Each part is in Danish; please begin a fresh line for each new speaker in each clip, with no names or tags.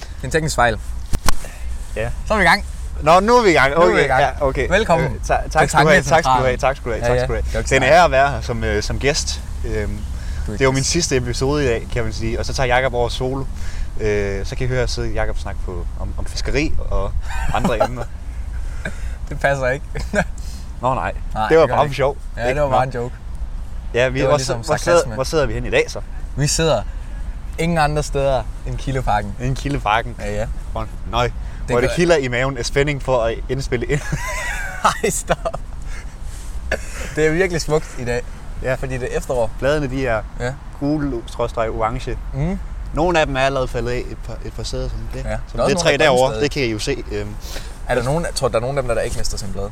Det er en teknisk fejl.
Ja.
Så er vi i gang.
Nå, nu er vi i gang.
Nu er vi
Okay,
i gang.
Ja, okay.
Velkommen
Øh, ta-
til
tak, skal du have, tak skal
Tankecentralen.
du have, tak skal du have,
Ja,
tak
ja.
skal du
Det er
have.
ikke
Det er en
klart.
ære at være her som, øh, som gæst. Øhm, det er jo min sidste episode i dag, kan man sige. Og så tager Jakob over solo. Øh, så kan I høre at sidde Jakob snakke på, om, om fiskeri og andre emner.
Det passer ikke.
Nå nej,
Nej,
det var
det gør
bare
det
for sjov.
Ja,
Ikke?
det var bare
Nå.
en joke.
Ja, vi,
det var
hvor,
ligesom
ligesom hvor,
sarkasme.
sidder, hvor sidder vi hen i dag så?
Vi sidder ingen andre steder end Kiloparken.
En kilde i parken.
Ja, ja.
Hvor, nøj, hvor det
gør-
kilder i maven af spænding for at indspille ind.
Ej, stop. Det er virkelig smukt i dag.
Ja.
Fordi det er efterår.
Bladene de er
Ja.
gule, skråstreg orange.
Mm.
Nogle af dem er allerede faldet af et par, et par sæder som det.
Ja. Der er
Ja. Som
også nogle,
det træ
der er grønne
derovre,
stadig.
det kan I jo se, øhm,
Er der nogen, tror du, der er nogen af dem, der, der ikke mister sin blad?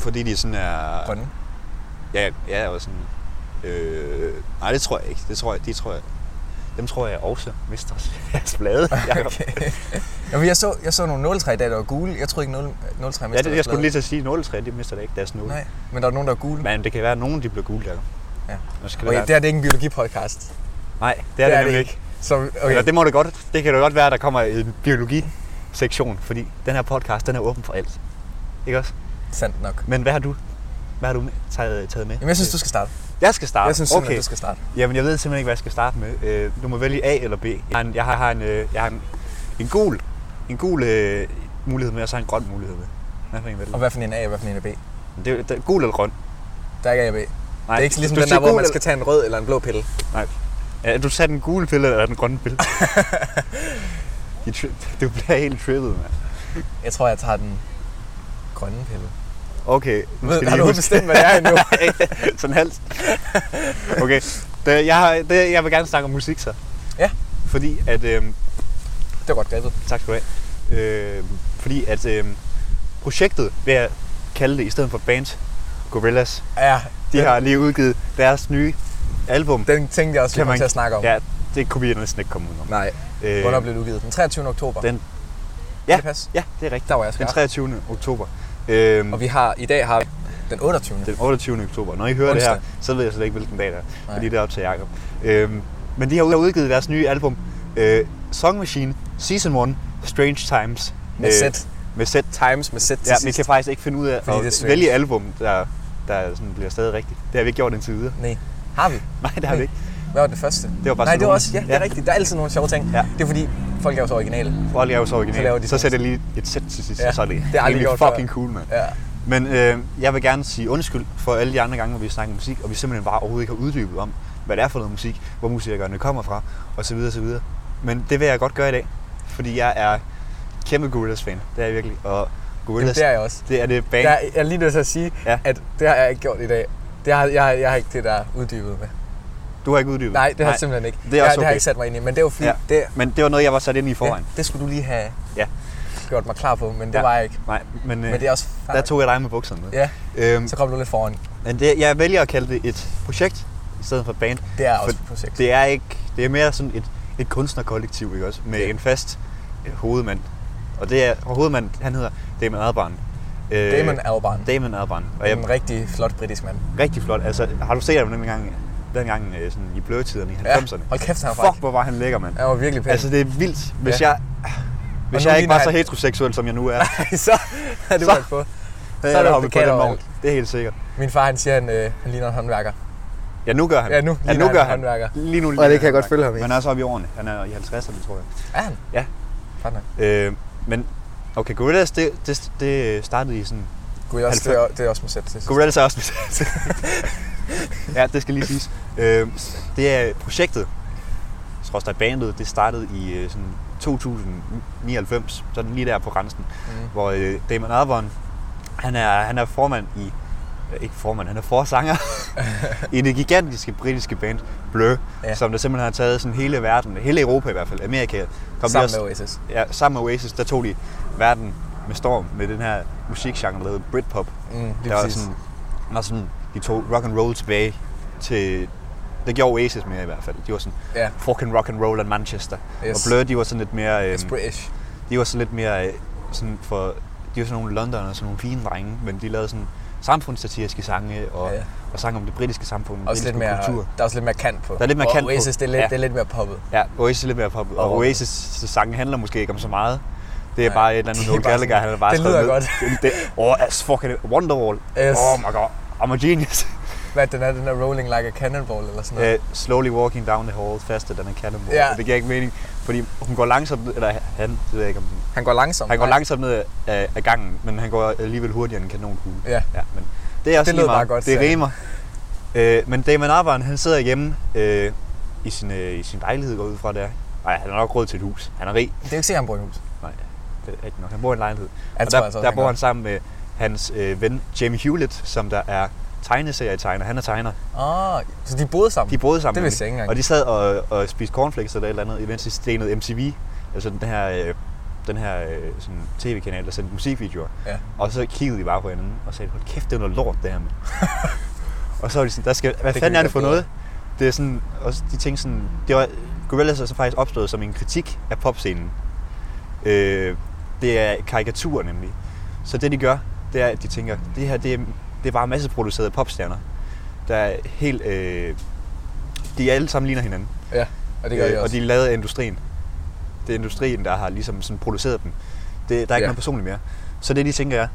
fordi de sådan er...
Grønne.
Ja, ja, og sådan... Øh, nej, det tror jeg ikke. Det tror jeg, de tror jeg, dem tror jeg også mister deres blade. Jacob.
Okay. Jamen, jeg så, jeg så nogle nåletræ i dag, der var gule. Jeg tror ikke, nåle, nåletræ mister
Ja, det, jeg
deres
skulle
blade.
lige til at sige, nåletræ, de mister da ikke deres nåle.
Nej, men der er nogen, der er gule.
Men det kan være, at nogen de bliver gule, Jacob.
Ja.
Nu skal det
Okay,
være-
det her det er ikke en biologipodcast.
Nej, det er det, nemlig ikke.
Så,
Okay.
okay.
Eller det må det godt. Det kan det godt være, at der kommer en biologi-sektion, fordi den her podcast, den er åben for alt. Ikke også?
Sandt nok.
Men hvad har du, hvad har du med- taget, taget med?
Jamen, jeg synes, du skal starte.
Jeg skal starte.
Jeg synes
Ah, okay.
simpelthen, du skal starte.
Jamen, jeg ved simpelthen ikke, hvad jeg skal starte med. Øh, Du må vælge A eller B. Jeg har en, jeg har, jeg har en, øh, jeg har en, en gul, en gul øh, mulighed med, og så en grøn mulighed med. Hvad for en vælger?
Og hvad for en A og hvad for en er B?
du? Det, er- det, er gul eller grøn?
Der er ikke A og B.
Nej,
det er ikke ligesom
du
den
siger
der, hvor
gul
man
eller-
skal tage en rød eller en blå pille.
Nej. Ja, du sagde den gule pille eller den grønne pille? I tri- du bliver helt trippet, mand.
Jeg tror, jeg tager den grønne pille.
Okay, nu
Ved,
skal
har
jeg
du
lige huske.
bestemt, hvad det er endnu?
sådan halvt. Okay, det, jeg, har, det, jeg vil gerne snakke om musik så.
Ja.
Fordi at, øh,
det var godt grebet.
tak skal du have, øh, fordi at øh, projektet, vil jeg kalde det i stedet for band, Gorillaz,
Ja,
de
den,
har lige udgivet deres nye album.
den tænkte jeg også, vi kom til at snakke om.
Ja, det kunne vi næsten ikke komme udenom.
Nej,
Øh,
hvornår blev det udgivet? Den 23. oktober.
Den-
ja.
ja.
Det passe?
Ja, det er rigtigt.
Der var jeg
Den
skarp.
23. oktober. Øh,
Og vi har, i dag har vi den 28.
den 28. oktober. Når I hører
Onsdag.
det her, så ved jeg slet ikke, hvilken dag det er,
Nej.
fordi det er op til Jacob. Øhm, men de har udgivet deres nye album, øh, Song Machine Season 1 Strange Times. øh,
Med sæt.
Med sæt.
Times med sæt til
Ja, men I
sidst.
kan faktisk ikke finde ud af
Fordi det er
at
strange.
vælge album, der, der sådan bliver stadig rigtigt. Det har vi ikke gjort indtil videre.
Nej, har vi?
Nej, det har vi
Nej.
ikke.
Hvad var det første?
Det var
Nej, det
Barcelona.
var også, ja, det er
Ja.
rigtigt. Der er altid nogle sjove ting.
Ja.
Det er fordi, folk er jo så originale.
Folk er jo så
Så laver de
originale. Så,
sådan-
sætter jeg lige et sæt til sidst,
Ja,
og så er det,
det har jeg aldrig
egentlig
gjort før.
fucking cool, mand.
Ja.
Men øh, jeg vil gerne sige undskyld for alle de andre gange, hvor vi snakker musik, og vi simpelthen bare overhovedet ikke har uddybet om, hvad det er for noget musik, hvor musikerne kommer fra, og så videre, så videre. Men det vil jeg godt gøre i dag, fordi jeg er kæmpe Gorillaz-fan. Det er jeg virkelig. Og
Jamen,
Gorillaz,
det er jeg også.
det er det band.
Der, jeg er lige nødt til at sige, ja.
Ja.
at det har jeg ikke gjort i dag. Det har, jeg, har, jeg har ikke det, der er uddybet med.
Du har ikke uddybet.
Nej, det har jeg simpelthen ikke.
Det er
jeg,
også
det har jeg
okay.
ikke sat mig ind i, men det er jo fordi,
Ja.
det,
Men det var noget, jeg var sat ind i forvejen.
det, det skulle du lige have
Ja.
gjort mig klar på, men det
Ja.
var jeg ikke.
Nej, men, øh,
Men det er også fair
der
nok.
tog jeg dig med bukserne. med.
Ja,
Øhm,
så kom du lidt foran.
men det, jeg vælger at kalde det et projekt, i stedet for et band.
Det er
For
også et projekt.
Det er ikke, det er mere sådan et, et kunstnerkollektiv, ikke også? Med en fast øh, hovedmand. Og det er, og hovedmand, han hedder Damon Albarn. Øh,
Damon Albarn.
Damon Albarn. Og
Det
jeg,
er en rigtig flot britisk mand.
rigtig flot. Altså, har du set ham dengang, dengang øh, sådan i blødtiderne i
Ja,
90'erne?
hold kæft, han er fræk.
Fuck, hvor var han lækker, mand.
Han var virkelig pæn.
Altså, det er vildt. Hvis
Ja.
jeg, hvis
nu
jeg ikke
ligner
var så
han-
heteroseksuel, som jeg nu er,
så er det
Så-
godt på.
så
er
er
der
der hoppet på
plakater
den vogn.
overalt.
Det er helt sikkert.
Min far, han siger, han, øh, han ligner en håndværker.
Ja, nu gør han.
Ja, nu ligner
nu
han
gør
en
han.
håndværker.
Lige nu,
det kan jeg godt følge ham i.
i. Han er også oppe i årene. Han er i 50'erne, tror jeg.
Er han?
Ja,
Godt nok.
Øh, men okay, Gorillaz, det, det, det startede i sådan...
Gud, også, det, er, det er også mig selv til sidst.
Gorillaz er også... ja, det skal lige siges. Øh, det er projektet, Skråstrej bandet, det startede i øh, sådan 2099, sådan lige der på grænsen,
Mhm.
mm. hvor øh, Damon Albarn, han er, han er formand i, øh, ikke formand, han er forsanger i det gigantiske britiske band Blur,
Ja.
ja. som der simpelthen har taget sådan hele verden, hele Europa i hvert fald, Amerika. Kom de
Sammen
også-
med Oasis.
ja, sammen med Oasis, der tog de verden med storm med den her musikgenre, der hedder Britpop.
Mm, lige
der var
præcis.
sådan, var sådan, de tog rock and roll tilbage til... Det gjorde Oasis mere i hvert fald. De var sådan,
Ja.
fucking rock and roll and Manchester.
Yes.
Og Blur, de var sådan lidt mere... øhm,
It's British.
de var sådan lidt mere øh, sådan for... De var sådan nogle Londoner, sådan nogle fine drenge, men de lavede sådan samfundssatiriske sange og,
Ja,
ja,
ja.
ja. og sange om det britiske samfund, den
Også lidt
britiske
mere,
kultur.
der er også lidt mere kant på.
Der er lidt mere
Hvor
kant på.
Oasis, det er lidt,
Ja.
det er lidt mere poppet.
Ja, Oasis er lidt mere poppet.
Og
Og
rock.
Oasis' sange handler måske ikke om så meget. Det er
Nej,
bare et eller
det
andet
er
Noel
bare sådan-
Gallagher, han har bare
det
skrevet
lyder
ned.
godt.
Det, oh, as fucking Wonderwall.
Yes.
Oh my god, I'm a genius.
Hvad er den er, den er rolling like a cannonball eller sådan noget.
Uh, slowly walking down the hall faster than a cannonball.
Ja.
Ja. Det giver ikke mening, fordi hun går langsomt ned, eller han, det ved jeg ikke om det-
Han går langsomt.
Han går
Nej,
langsomt ned af, af gangen, men han går alligevel hurtigere end en kanonkugle.
Ja.
ja men det er også
Det
lige
lød bare
meget.
godt,
Det
sagde
rimer. Øh, men Damon Arbarn, han sidder hjemme øh, i, sin, øh, i sin lejlighed, går jeg ud fra der. Nej, han har nok råd til et hus. Han er rig.
Det er jo ikke sikkert, han bor i hus.
Nej, det er rigtigt nok. Han bor i en lejlighed.
Ja,
og
det tror jeg
der,
altså også,
der
han
bor
gør.
han sammen med hans øh, ven Jamie Hewlett, som der er tegneserietegner. Han er tegner.
Åh, Ah, så de boede sammen?
De boede sammen.
Det vidste jeg
nemlig.
ikke engang.
Og de sad og, og spiste cornflakes eller et eller andet, imens de stenede MTV, altså den her, øh, den her øh, sådan tv-kanal, der sendte musikvideoer.
Ja.
Og så kiggede de bare på hinanden og sagde, hold kæft, det er noget lort, det her med. og så var de sådan, der skal, hvad
kan
fanden
vi
er det
gøre
for
bedre."
noget? Det er sådan, og så- de tænkte sådan, det var, Gorillaz er så faktisk opstået som en kritik af popscenen. Øh, det er karikaturer nemlig. Så det de gør, det er, at de tænker, det her det er, det er bare masseproducerede popstjerner. Der er helt, øh, de alle sammen ligner hinanden.
Ja, og det gør de også.
Øh, Og de er lavet af industrien. Det er industrien, der har ligesom sådan produceret dem. Det, der er ikke
Ja.
ja. noget personligt mere. Så det, de tænker er,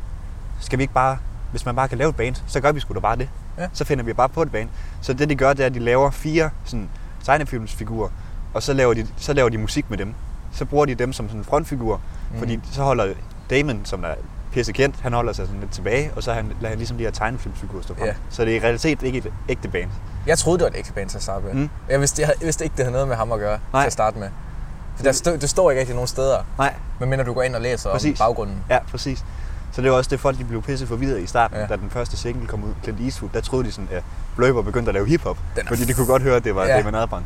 skal vi ikke bare, hvis man bare kan lave et band, så gør vi sgu da bare det.
Ja.
Så finder vi bare på et band. Så det, de gør, det er, at de laver fire sådan, tegnefilmsfigurer, og så laver, de, så laver de musik med dem. Så bruger de dem som sådan frontfigurer,
Mm.
mm. fordi så holder Damon, som er pisse kendt, han holder sig sådan lidt tilbage, og så han, lader han ligesom de her tegnefilmsfigurer stå frem.
Ja.
Så det er i realitet ikke et ægte band.
Jeg troede, det var et ægte band til at starte med.
Mm.
Jeg, vidste, jeg, havde- jeg vidste ikke, det havde noget med ham at gøre
Nej.
til at starte med. For der stod, det står ikke rigtig nogen steder,
Nej,
medmindre du går ind og læser om
Præcis.
baggrunden.
Ja, præcis. Så det var også det, folk de blev pisse forvirret i starten,
Ja.
ja. da den første single kom ud, Clint Eastwood, der troede de sådan, at Bløber begyndte at lave hiphop,
Den er
fordi de kunne godt høre, at det var
Ja.
ja. Damon Albarn.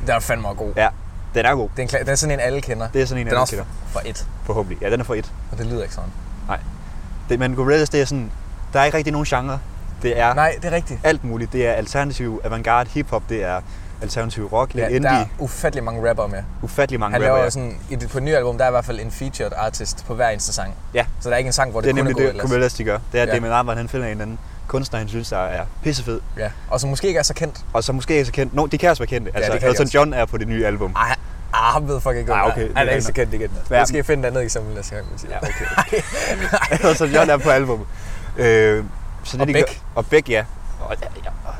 Den er fandme også god.
Ja, den er god,
Det, er en, kla- det er sådan en, alle kender.
Det er sådan en,
den er
alle
også
kender.
for- for et,
forhåbentlig. Ja, den er for et.
og det lyder ikke sådan.
Nej. Det, men Gorillaz, det er sådan, der er ikke rigtig nogen genre. Det er
Nej, det er rigtigt.
alt muligt. Det er alternativ avantgarde hiphop, det er alternativ rock, lidt ja,
der er
indie,
ufattelig mange rapper med.
ufattelig mange
Han
rapper.
laver
ja.
sådan, i det, på det nye album, der er i hvert fald en featured artist på hver eneste sang.
Ja.
Så der er ikke en sang, hvor
Det er
det, kun
nemlig
er
det,
Gorillaz.
Gorillaz, de gør. Det er, at
Ja.
Damon Albarn, han finder en anden kunstner, han synes, der er pissefed.
Ja, og som måske ikke er så kendt.
Og så måske ikke så kendt. No, de kan også være kendte. Altså,
det kan de
Elton
også.
John er på det nye album.
Ej, ah, ham ved fucking godt.
Ej,
hvad.
okay, det
Han
er
er ikke så
rigtigt.
kendt igen.
Ja.
Jeg skal finde et andet eksempel næste gang. vil jeg sige.
Ja, okay. Elton altså, John er på album. Øh, så det,
Og
de
Beck.
Gør, og Beck, ja. Og, ja, ja. og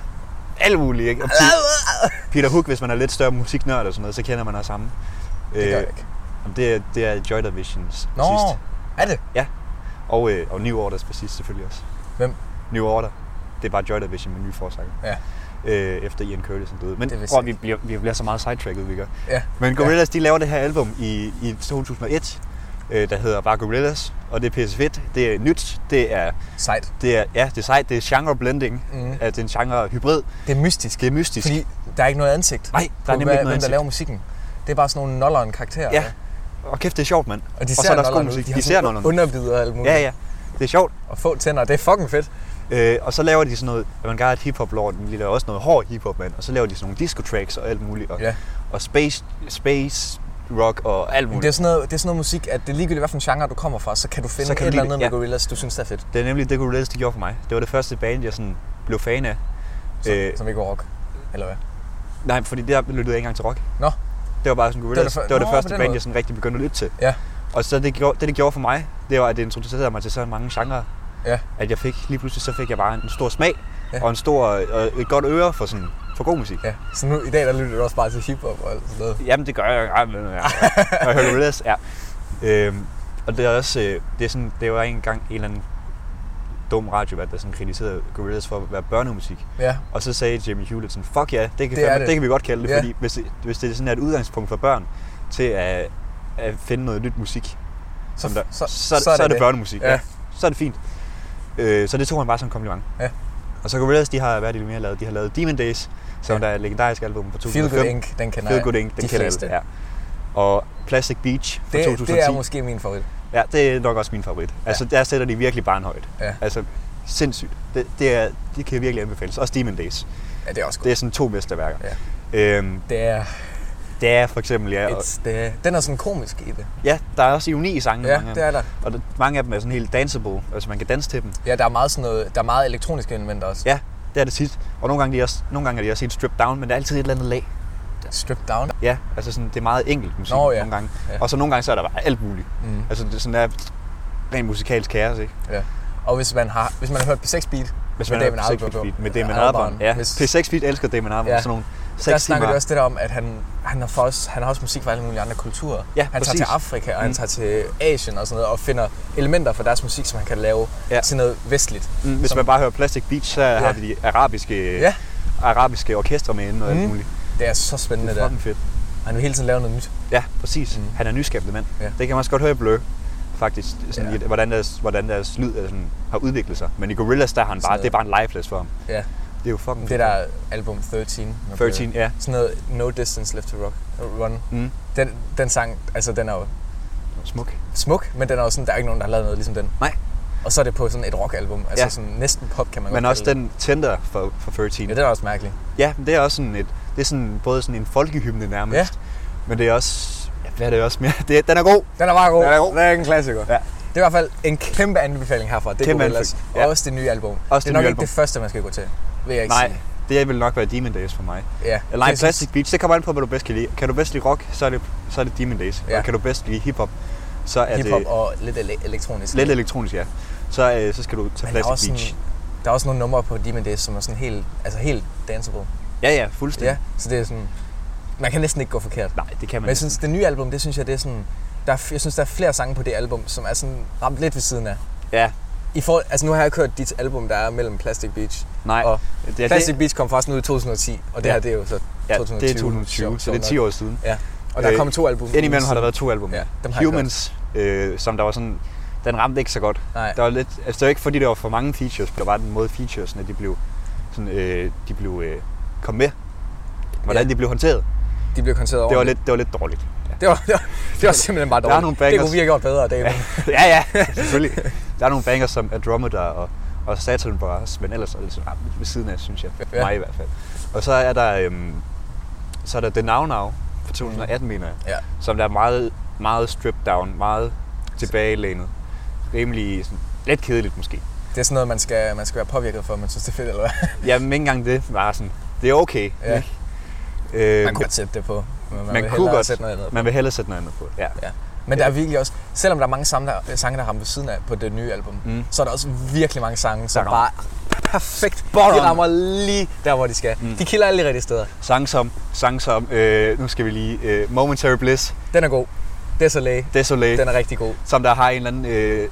Alt muligt, ikke? Og Pe-
Ah,
Peter Hook, hvis man er lidt større musiknørd og sådan noget, så kender man også ham.
Det gør jeg ikke.
Øh, det, er- det er Joy Divisions
Nå,
sidst.
er det?
Ja. Og, øh, og New Orders på sidst selvfølgelig også.
Hvem?
New Order. Det er bare Joy Division med nye forsanger.
Ja.
Øh, efter Ian Curtis er døde. Men
Det vidste
prøv,
jeg
vi bliver, vi bliver så meget sidetracket, vi gør.
Ja.
Men Gorillaz, de laver det her album i, i 2001, øh, der hedder bare Gorillaz, og det er pisse fedt. Det er nyt, det er,
Sejt.
det er, ja, det er sejt, det er genre blending,
Mhm.
mm. at det er en genre hybrid,
Det er mystisk.
det er mystisk.
Fordi der er ikke noget ansigt.
Nej, der er
på,
nemlig ikke
hvad-
noget
Hvem der
ansigt.
laver musikken. Det er bare sådan nogle nolleren karakterer.
ja. Og kæft, det er sjovt, mand.
Og de
og
ser
så er der også god
nolleren ud.
musik.
De
De,
har
ser
sådan
noget.
Underbider og alt muligt.
Ja, ja. Det er sjovt.
Og få tænder. Det er fucking fedt.
Øh, og så laver de sådan noget, at man gør et hiphop lort, men de laver også noget hård hiphop, mand. Og så laver de sådan nogle disco tracks og alt muligt. Og,
Ja.
og space, space rock og alt muligt.
Det er, sådan noget, det er sådan noget musik, at det er ligegyldigt, hvad for en genre du kommer fra, så kan du finde
Så kan
et
du
eller
lide
andet
det,
med
ja.
Gorillaz, du synes, det er fedt,
Det er nemlig det, Gorillaz det gjorde for mig. Det var det første band, jeg sådan blev fan af.
som,
Øh,
som ikke var rock. Eller hvad?
nej, fordi der lyttede jeg ikke engang til rock.
Nå.
Det var bare sådan
det
Gorillaz. Det
før-
var det, det,
Nå, på
første
den
band,
måde.
jeg sådan rigtig begyndte at lytte til.
Ja.
Og så det, gjorde, det, det gjorde for mig, det var, at det introducerede mig til så mange genrer.
Ja.
At jeg fik, lige pludselig så fik jeg bare en stor smag,
Ja.
ja. og en stor, og et godt øre for, sådan, for god musik.
Ja. Så nu i dag, der lytter du også bare til hiphop og alt sådan noget.
Jamen, det gør jeg. Ja, men, ja. Og jeg hører Gorillaz, ja. Øhm, og det er også, øh, det er sådan, det var engang en eller anden dum radiovært, der sådan kritiserede Gorillaz for at være børnemusik.
Ja.
Og så sagde Jimmy Hewlett sådan, fuck ja, det kan,
Det er
det, fandme,
det.
det. det kan vi godt kalde det,
Ja.
ja. fordi hvis det, hvis det sådan er et udgangspunkt for børn til at, at finde noget nyt musik,
Så,
som der, så, så, så, er det, børnemusik.
Ja.
Ja. Så er det fint. Øh, så det tog han bare som en kompliment.
Ja.
Og så Gorillaz, de har, hvad er det, de mere lavet? De har lavet Demon Days, som
Ja.
ja. der er et legendarisk album fra 2005.
Feel Good Inc., den kender
Feel
jeg.
Good Inc., den
de
kender alle,
fleste.
Ja. Og Plastic Beach fra
Det,
2010.
det er måske min favorit.
Ja, det er nok også min favorit. Altså, der sætter de virkelig barn højt.
Ja.
Altså, sindssygt. Det, det, er, det kan virkelig anbefales. Også Demon Days.
Ja, det er også godt.
Det er sådan to mesterværker.
Ja.
Øhm,
Det er...
da for eksempel, ja. Og, Mm,
It's the... Den er sådan komisk i det.
ja, der er også ironi i sangene.
Ja,
mange af
det
dem.
er der.
Og der, mange af dem er sådan helt danceable, altså man kan danse til dem.
Ja, der er meget, sådan noget, der er meget elektroniske elementer også.
Ja, det er det tit. Og nogle gange, de er også, nogle gange er de også helt stripped down, men der er altid et eller andet lag.
Stripped down.
Ja, altså sådan, det er meget enkelt musik
Nå, ja.
nogle gange.
Ja.
Og så nogle gange, så er der bare alt muligt.
Mm.
Altså det, er sådan der er rent musikalsk kaos, ikke?
Ja. Og hvis man har, hvis man har hørt P6 Beat,
Hvis
Med
man
Damon
er
Albarn på.
P6-beat med
Ja,
Damon
Albarn.
Albarn. Ja,
Hvis-
P6-beat elsker Damon Albarn.
Ja.
Sådan nogle
der
6
snakker
timer.
vi også det der om, at han, han har, for os, han har også musik fra alle mulige andre kulturer.
Ja,
han
præcis.
tager til Afrika, og mm. han
Mm.
tager til Asien og sådan noget, og finder elementer fra deres musik, som han kan lave ja.
Ja.
til noget vestligt.
Mm, Hvis
som-
man bare hører Plastic Beach, så har vi de arabiske,
Ja.
arabiske orkestre med inde og
Mm.
alt muligt.
Det er så spændende
Det
der.
er fucking fedt.
Han vil hele tiden lave noget nyt.
Ja, præcis.
Mm.
Mm. Han er nyskabende mand.
Ja.
Ja. Det kan man også godt høre i Blur, faktisk, sådan
Ja.
ja. i, hvordan, deres, hvordan deres lyd er sådan, har udviklet sig. Men i Gorillaz, der har han
Sådan
bare, det er bare en legeplads for ham.
Ja.
Det er jo fucking
Det der album 13. med Blur.
13, ja.
Sådan noget No Distance Left to Rock, Run.
Mm.
Den, den sang, altså den er jo
Smuk.
smuk, men den er jo sådan, der er ikke nogen, der har lavet noget ligesom den.
Nej.
Og så er det på sådan et rockalbum, altså
Ja.
sådan næsten pop, kan man
Men
godt
også
kalde
den tænder for, for
det.
13.
Ja, den er også mærkelig.
Ja, men det er også sådan et, det er sådan både sådan en folkehymne nærmest.
Ja.
Men det er også, ja, hvad er det også mere? Det, er- den er god.
Den er bare god.
Den er god.
Den er en klassiker.
Ja.
Det er i hvert fald en kæmpe anbefaling herfra. Det er
Kæmpe
Gorillaz.
anbefaling,
Ja.
ja.
Og også det nye album.
Også
det er
det
nok
nye
ikke
album.
det første, man skal gå til. Vil jeg ikke
Nej,
sige.
det vil nok være Demon Days for mig.
Ja,
Eller
det
nej,
er
Plastic Beach, det kommer an på, hvad du bedst kan lide. Kan du bedst lide rock, så er det, så er det Demon Days.
Ja.
Og kan du bedst lide hiphop, så er
sådan Hiphop
det
og lidt ele- elektronisk.
let elektronisk, ja. Så, øh, så skal du tage
Men der er,
Plastic
også
Beach.
sådan, der er også nogle numre på Demon Days, som er sådan helt, altså helt danceable.
Ja, ja,
Ja,
fuldstændig.
så det er sådan, man kan næsten ikke gå forkert.
Nej, det kan man
Men jeg
ikke.
synes, det nye album, det synes jeg, det er sådan, der er, jeg synes, der er flere sange på det album, som er sådan ramt lidt ved siden af.
Ja,
I for, altså nu har jeg ikke hørt dit album, der er mellem Plastic Beach.
nej.
Og
det,
Ja,
er-
Plastic Beach kom faktisk ud i 2010, og det
Ja.
her det er jo så
ja,
2020.
det er 2020, så det er 10 år siden.
Ja, og der er
Øh,
kommet to album.
Indimellem har der været to album.
Ja, dem har jeg
Humans, øh, som der var sådan, den ramte ikke så godt.
Nej.
Der var lidt, altså det var ikke fordi, der var for mange features, men der var den måde featuresne, de blev, sådan, øh, de blev øh, kom med. Hvordan
Ja.
ja. de blev håndteret.
De blev koncentret over.
Det var, lidt, det var lidt dårligt. Ja,
Det var, det var, det var simpelthen bare
Der er
dårligt.
nogle
det
bangers.
kunne vi have gjort bedre, David. Ja.
ja, ja selvfølgelig. Der er nogle banger som Andromeda og, og Saturn Brass, men ellers er det sådan, ah, lidt ved siden af, synes jeg. For
Ja.
mig i hvert fald. Og så er der, øhm, så er der The Now Now fra 2018, mener jeg.
Mm. ja.
som der er meget, meget stripped down, meget tilbagelænet. Rimelig sådan, lidt kedeligt måske.
Det er sådan noget, man skal, man skal være påvirket for, man synes, det er fedt, eller hvad?
Jamen ikke engang det var sådan, det er okay.
Ja.
ikke? Øh,
Man kunne godt sætte det på, men man,
man,
vil
man kunne
hellere
godt,
sætte noget andet på.
man vil hellere sætte noget andet på. Ja.
Ja. Men der er virkelig også, selvom der er mange sange, der, sange, der rammer ved siden af på det nye album, mm.
Mm.
så er der også virkelig mange sange, som
Der
bare
rammer.
er perfekt.
Spot
de
on.
rammer lige der, hvor de skal. Mm. De kilder alle de rigtige steder.
Sang som, sang som, øh, nu skal vi lige, øh, Momentary Bliss,
Den er god. Desolé,
Desolé,
den er rigtig god.
som der har en eller anden øh,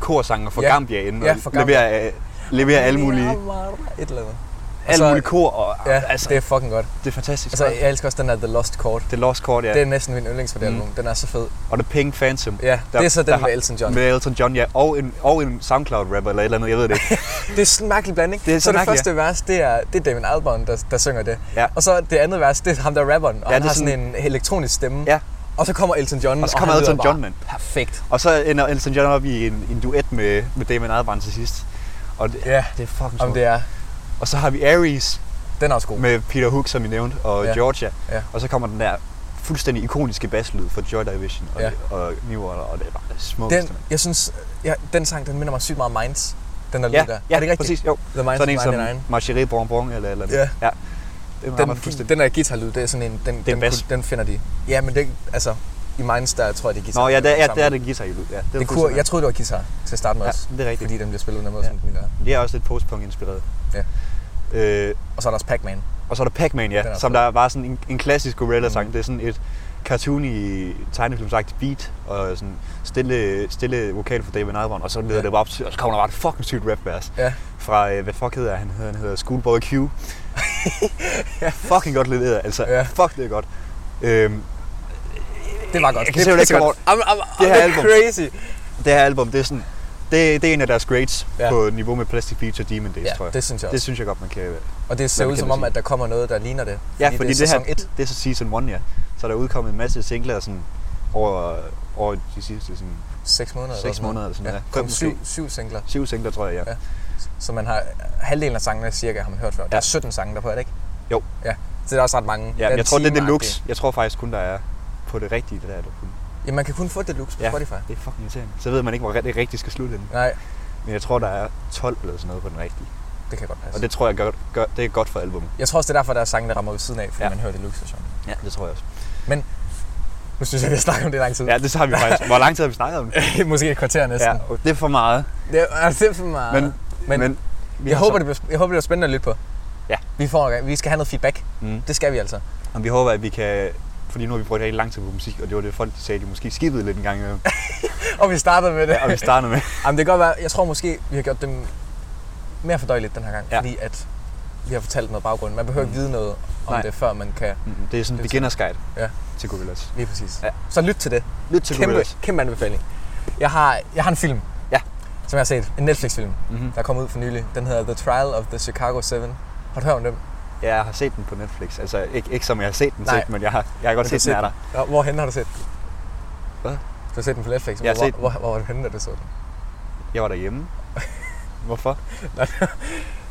korsanger fra
Ja.
Gambia inde,
Ja,
og
fra Gambia.
leverer, øh, leverer alle mulige,
Et eller andet.
alle
så-
mulige kor, og
Ja,
altså,
det er fucking godt.
det er fantastisk.
Altså, jeg elsker også den der The Lost Chord.
det Lost Court, ja.
Det er næsten min yndlings på det album. Den er så fed.
og The Pink Phantom.
Ja, det er så den med
har-
Elton John.
Med Elton John, ja. Og en, og en SoundCloud-rapper eller et eller andet, jeg ved det ikke.
Det er sådan en mærkelig blanding.
Det er
så
så
det
mærkeligt,
første vers, det er, det er Damon Albarn, der, der synger det.
Ja.
Og så det andet vers, det er ham, der er rapperen, og ja,
Ja,
han
det er
har sådan, en elektronisk stemme.
Ja.
Og så kommer Elton John,
Og så kommer
han lyder
Elton
bare
John, mand.
Perfekt.
og så ender Elton John op i en, en duet med, med Damon Albarn til sidst. Og det,
Ja,
det er fucking
Om
smukt.
det er.
Og så har vi Aries
Den er også god.
med Peter Hook, som I nævnte, og
Ja.
ja. Georgia.
Ja.
Og så kommer den der fuldstændig ikoniske basslyd fra Joy Division og,
Ja.
ja. og New Order, og det er bare det smukkeste.
Den,
mand.
jeg synes, ja, den sang, den minder mig sygt meget om Minds. Den der lyd
ja,
der.
ja,
er det ikke rigtigt?
præcis, jo.
The Minds
Sådan en
of
som
99.
Marcherie Bon Bon eller eller andet.
Ja.
ja. Den, rammer
Den,
fuldstændig.
den der guitarlyd, det er sådan en... Den, den,
bas.
kunne- den finder de. Ja, men det, altså, i Minds, der tror jeg, det er guitar.
Nå ja, der, ja,
sammen.
der er det guitar i lyd. Ja, det, er
Det
fuldstændig
kunne, jeg troede, det var guitar til at starte med
Ja,
også,
det er rigtigt.
Fordi den bliver spillet på den måde, ja. som den er.
rigtigt. Det er også lidt postpunk inspireret.
Ja.
Øh,
Og så er der også Pac-Man.
Og så er der Pac-Man,
Den er
ja, som
fed.
der var sådan en, en klassisk Gorilla-sang.
Mm.
Mm. Det er sådan et cartoony tegnefilmsagtigt beat, og sådan stille, stille vokal fra David Albarn, og så leder
Ja.
ja. det bare op til, og så kommer der bare et fucking sygt rap-vers.
Ja.
Fra, øh, hvad fuck hedder han? Han hedder Schoolboy Q. ja. Fucking godt leveret, altså.
Ja.
Ja. Fuck, det er godt. Øhm,
Det var godt.
Jeg kan simpelthen ikke komme
pissegodt. I'm, I'm, I'm,
Det her
det er
album.
crazy.
det her album, det er sådan, det, det er en af deres grades
Ja.
ja. på niveau med Plastic Beach og Demon Days,
Ja,
tror jeg.
det synes jeg
Det
også.
synes jeg godt, man kan... øh,
Og det ser
Hvad
ud
kan
som
man
om,
sige?
at der kommer noget, der ligner det.
Ja, fordi, fordi det,
er
det her,
sæson 1.
det er så season 1, ja. Så er der udkommet en masse singler sådan, over, over de sidste sådan,
6 måneder.
Seks måneder eller sådan
ja.
noget, ja.
Kom
Fem
syv,
måske.
syv singler.
syv singler, tror jeg, ja.
Ja. Så man har halvdelen af sangene cirka har man hørt før. Der er
Ja.
17 sange der på, er det ikke?
Jo.
Ja. Så det er også ret mange.
Ja,
Den
jeg tror, det er
time-agtige.
deluxe. Jeg tror faktisk kun, der er på det rigtige, det der er der kun.
Ja, man kan kun få deluxe på
Ja.
Spotify.
Det er fucking irriterende. Så ved man ikke, hvor det rigtigt skal slutte henne.
Nej,
Men jeg tror, der er 12 eller sådan noget på den rigtige.
det kan godt passe.
Og det tror jeg, gør, gør, det er godt for albumet.
Jeg tror også, det er derfor, der er sange, der rammer ved siden af, fordi ja.
Ja.
man hører deluxe versionen.
Ja, det tror jeg også.
Nu synes jeg, vi har snakket om det i lang tid.
Ja, det så har vi faktisk. Hvor lang tid har vi snakket om det?
Måske et kvarter næsten.
Ja,
Ja.
det er for meget.
Det er, altså, det er for meget.
Men,
men, men
vi
jeg,
har
håber,
så,
det bliver, jeg håber, det bliver spændende at lytte på.
Ja.
Vi, får, vi skal have noget feedback.
Mm.
Det skal vi altså.
Og vi håber, at vi kan... Fordi nu har vi brugt rigtig lang tid på musik, og det var det, folk sagde, at de måske skippede lidt en gang. imellem.
Og vi starter med det.
Ja, og vi startede med.
Jamen, det kan godt være, jeg tror måske, vi har gjort dem mere fordøjeligt den her gang, ja.
Ja.
fordi at vi har fortalt noget baggrund. Man behøver ikke
Mm.
vide noget om
Nej.
det, før man kan
Mm, Det er sådan en
Det-
beginners guide
Ja.
til Gorillaz.
lige præcis.
Ja.
Så lyt til det.
Lyt til
Kæmpe,
Gorillaz.
kæmpe anbefaling. Jeg har, jeg har en film,
Ja.
som jeg har set. En Netflix-film,
Mm-hmm.
der er kommet ud for nylig. Den hedder The Trial of the Chicago 7. Har du hørt om den?
Jeg har set den på Netflix. Altså ikke, ikke som jeg har set den,
Nej.
set, men jeg har, jeg har godt
Men du
set, den
har
er der.
Ja, Hvorhen har du set den?
Hvad?
Du har set den på Netflix.
Jeg har
hvor,
set den.
hvor, hvor, var du henne, da du så den?
Jeg var derhjemme. Hvorfor?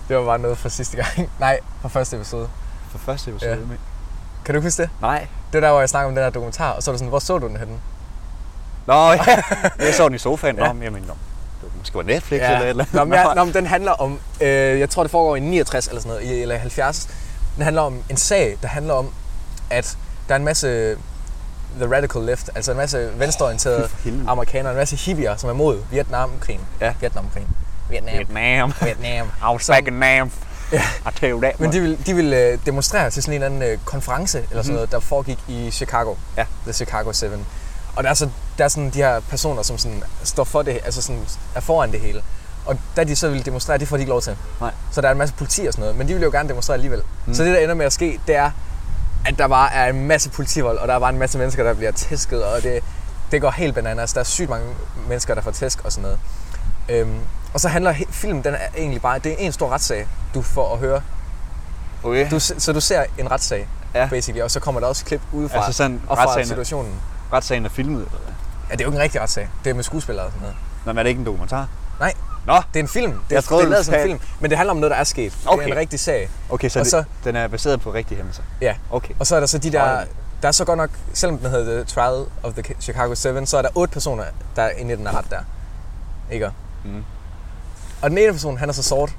Det var bare noget fra sidste gang. Nej, fra første episode.
For første episode.
Ja.
med.
Kan du ikke huske det?
Nej.
Det var der, hvor jeg snakkede om den her dokumentar, og så var du sådan, hvor så du den henne?
Nå, ja. jeg så den i sofaen. Nå,
Ja.
men jeg mener, nå, det var måske var Netflix ja. eller et eller andet.
Nå, men, jeg, nå, men den handler om, øh, jeg tror det foregår i 69 eller sådan noget, i- eller i 70. Den handler om en sag, der handler om, at der er en masse øh, the radical left, altså en masse venstreorienterede
For helvede.
amerikanere, en masse hippier, som er mod Vietnamkrigen.
Ja.
Vietnamkrigen. Vietnam.
Vietnam.
Vietnam.
I was back in Nam.
Ja.
I tell you that.
Men
much.
de ville, de ville øh, demonstrere til sådan en eller anden øh, konference, eller sådan noget, der foregik i Chicago.
Mhm. Ja.
The Chicago 7. Og der er, så, der er sådan de her personer, som sådan står for det, altså sådan er foran det hele. Og da de så ville demonstrere, det får de ikke lov til.
Nej. Mhm.
Så der er en masse politi og sådan noget, men de vil jo gerne demonstrere alligevel. Mm. Så det, der ender med at ske, det er, at der bare er en masse politivold, og der er bare en masse mennesker, der bliver tæsket, og det, det går helt bananas. Der er sygt mange mennesker, der får tæsk og sådan noget. Øhm, og så handler he- filmen, den er egentlig bare, det er en stor retssag, du får at høre
Okay.
du, se- så du ser en retssag, ja.
Ja.
basically, og så kommer der også klip udefra
Altså sådan,
og fra
retssagen er,
situationen.
retssagen er filmet. eller hvad?
Ja, det er jo ikke en rigtig retssag. Det er med skuespillere og sådan noget.
Nå, men er det ikke en dokumentar?
Nej,
Nå,
det er en film. Det er,
Jeg troede,
det er lavet
du
som en
sagde-
film, men det handler om noget, der er sket. Det
Okay.
er en rigtig sag.
okay, så,
Og
det,
så-
den er baseret på rigtige hændelser.
Ja.
Okay.
Og så er der så de der...
Hold.
Der er så godt nok, selvom den hedder The Trial of the Chicago 7, så er der otte personer, der er inde i den her ret der. Ikke?
Mm.
Og den ene person, han er så sort,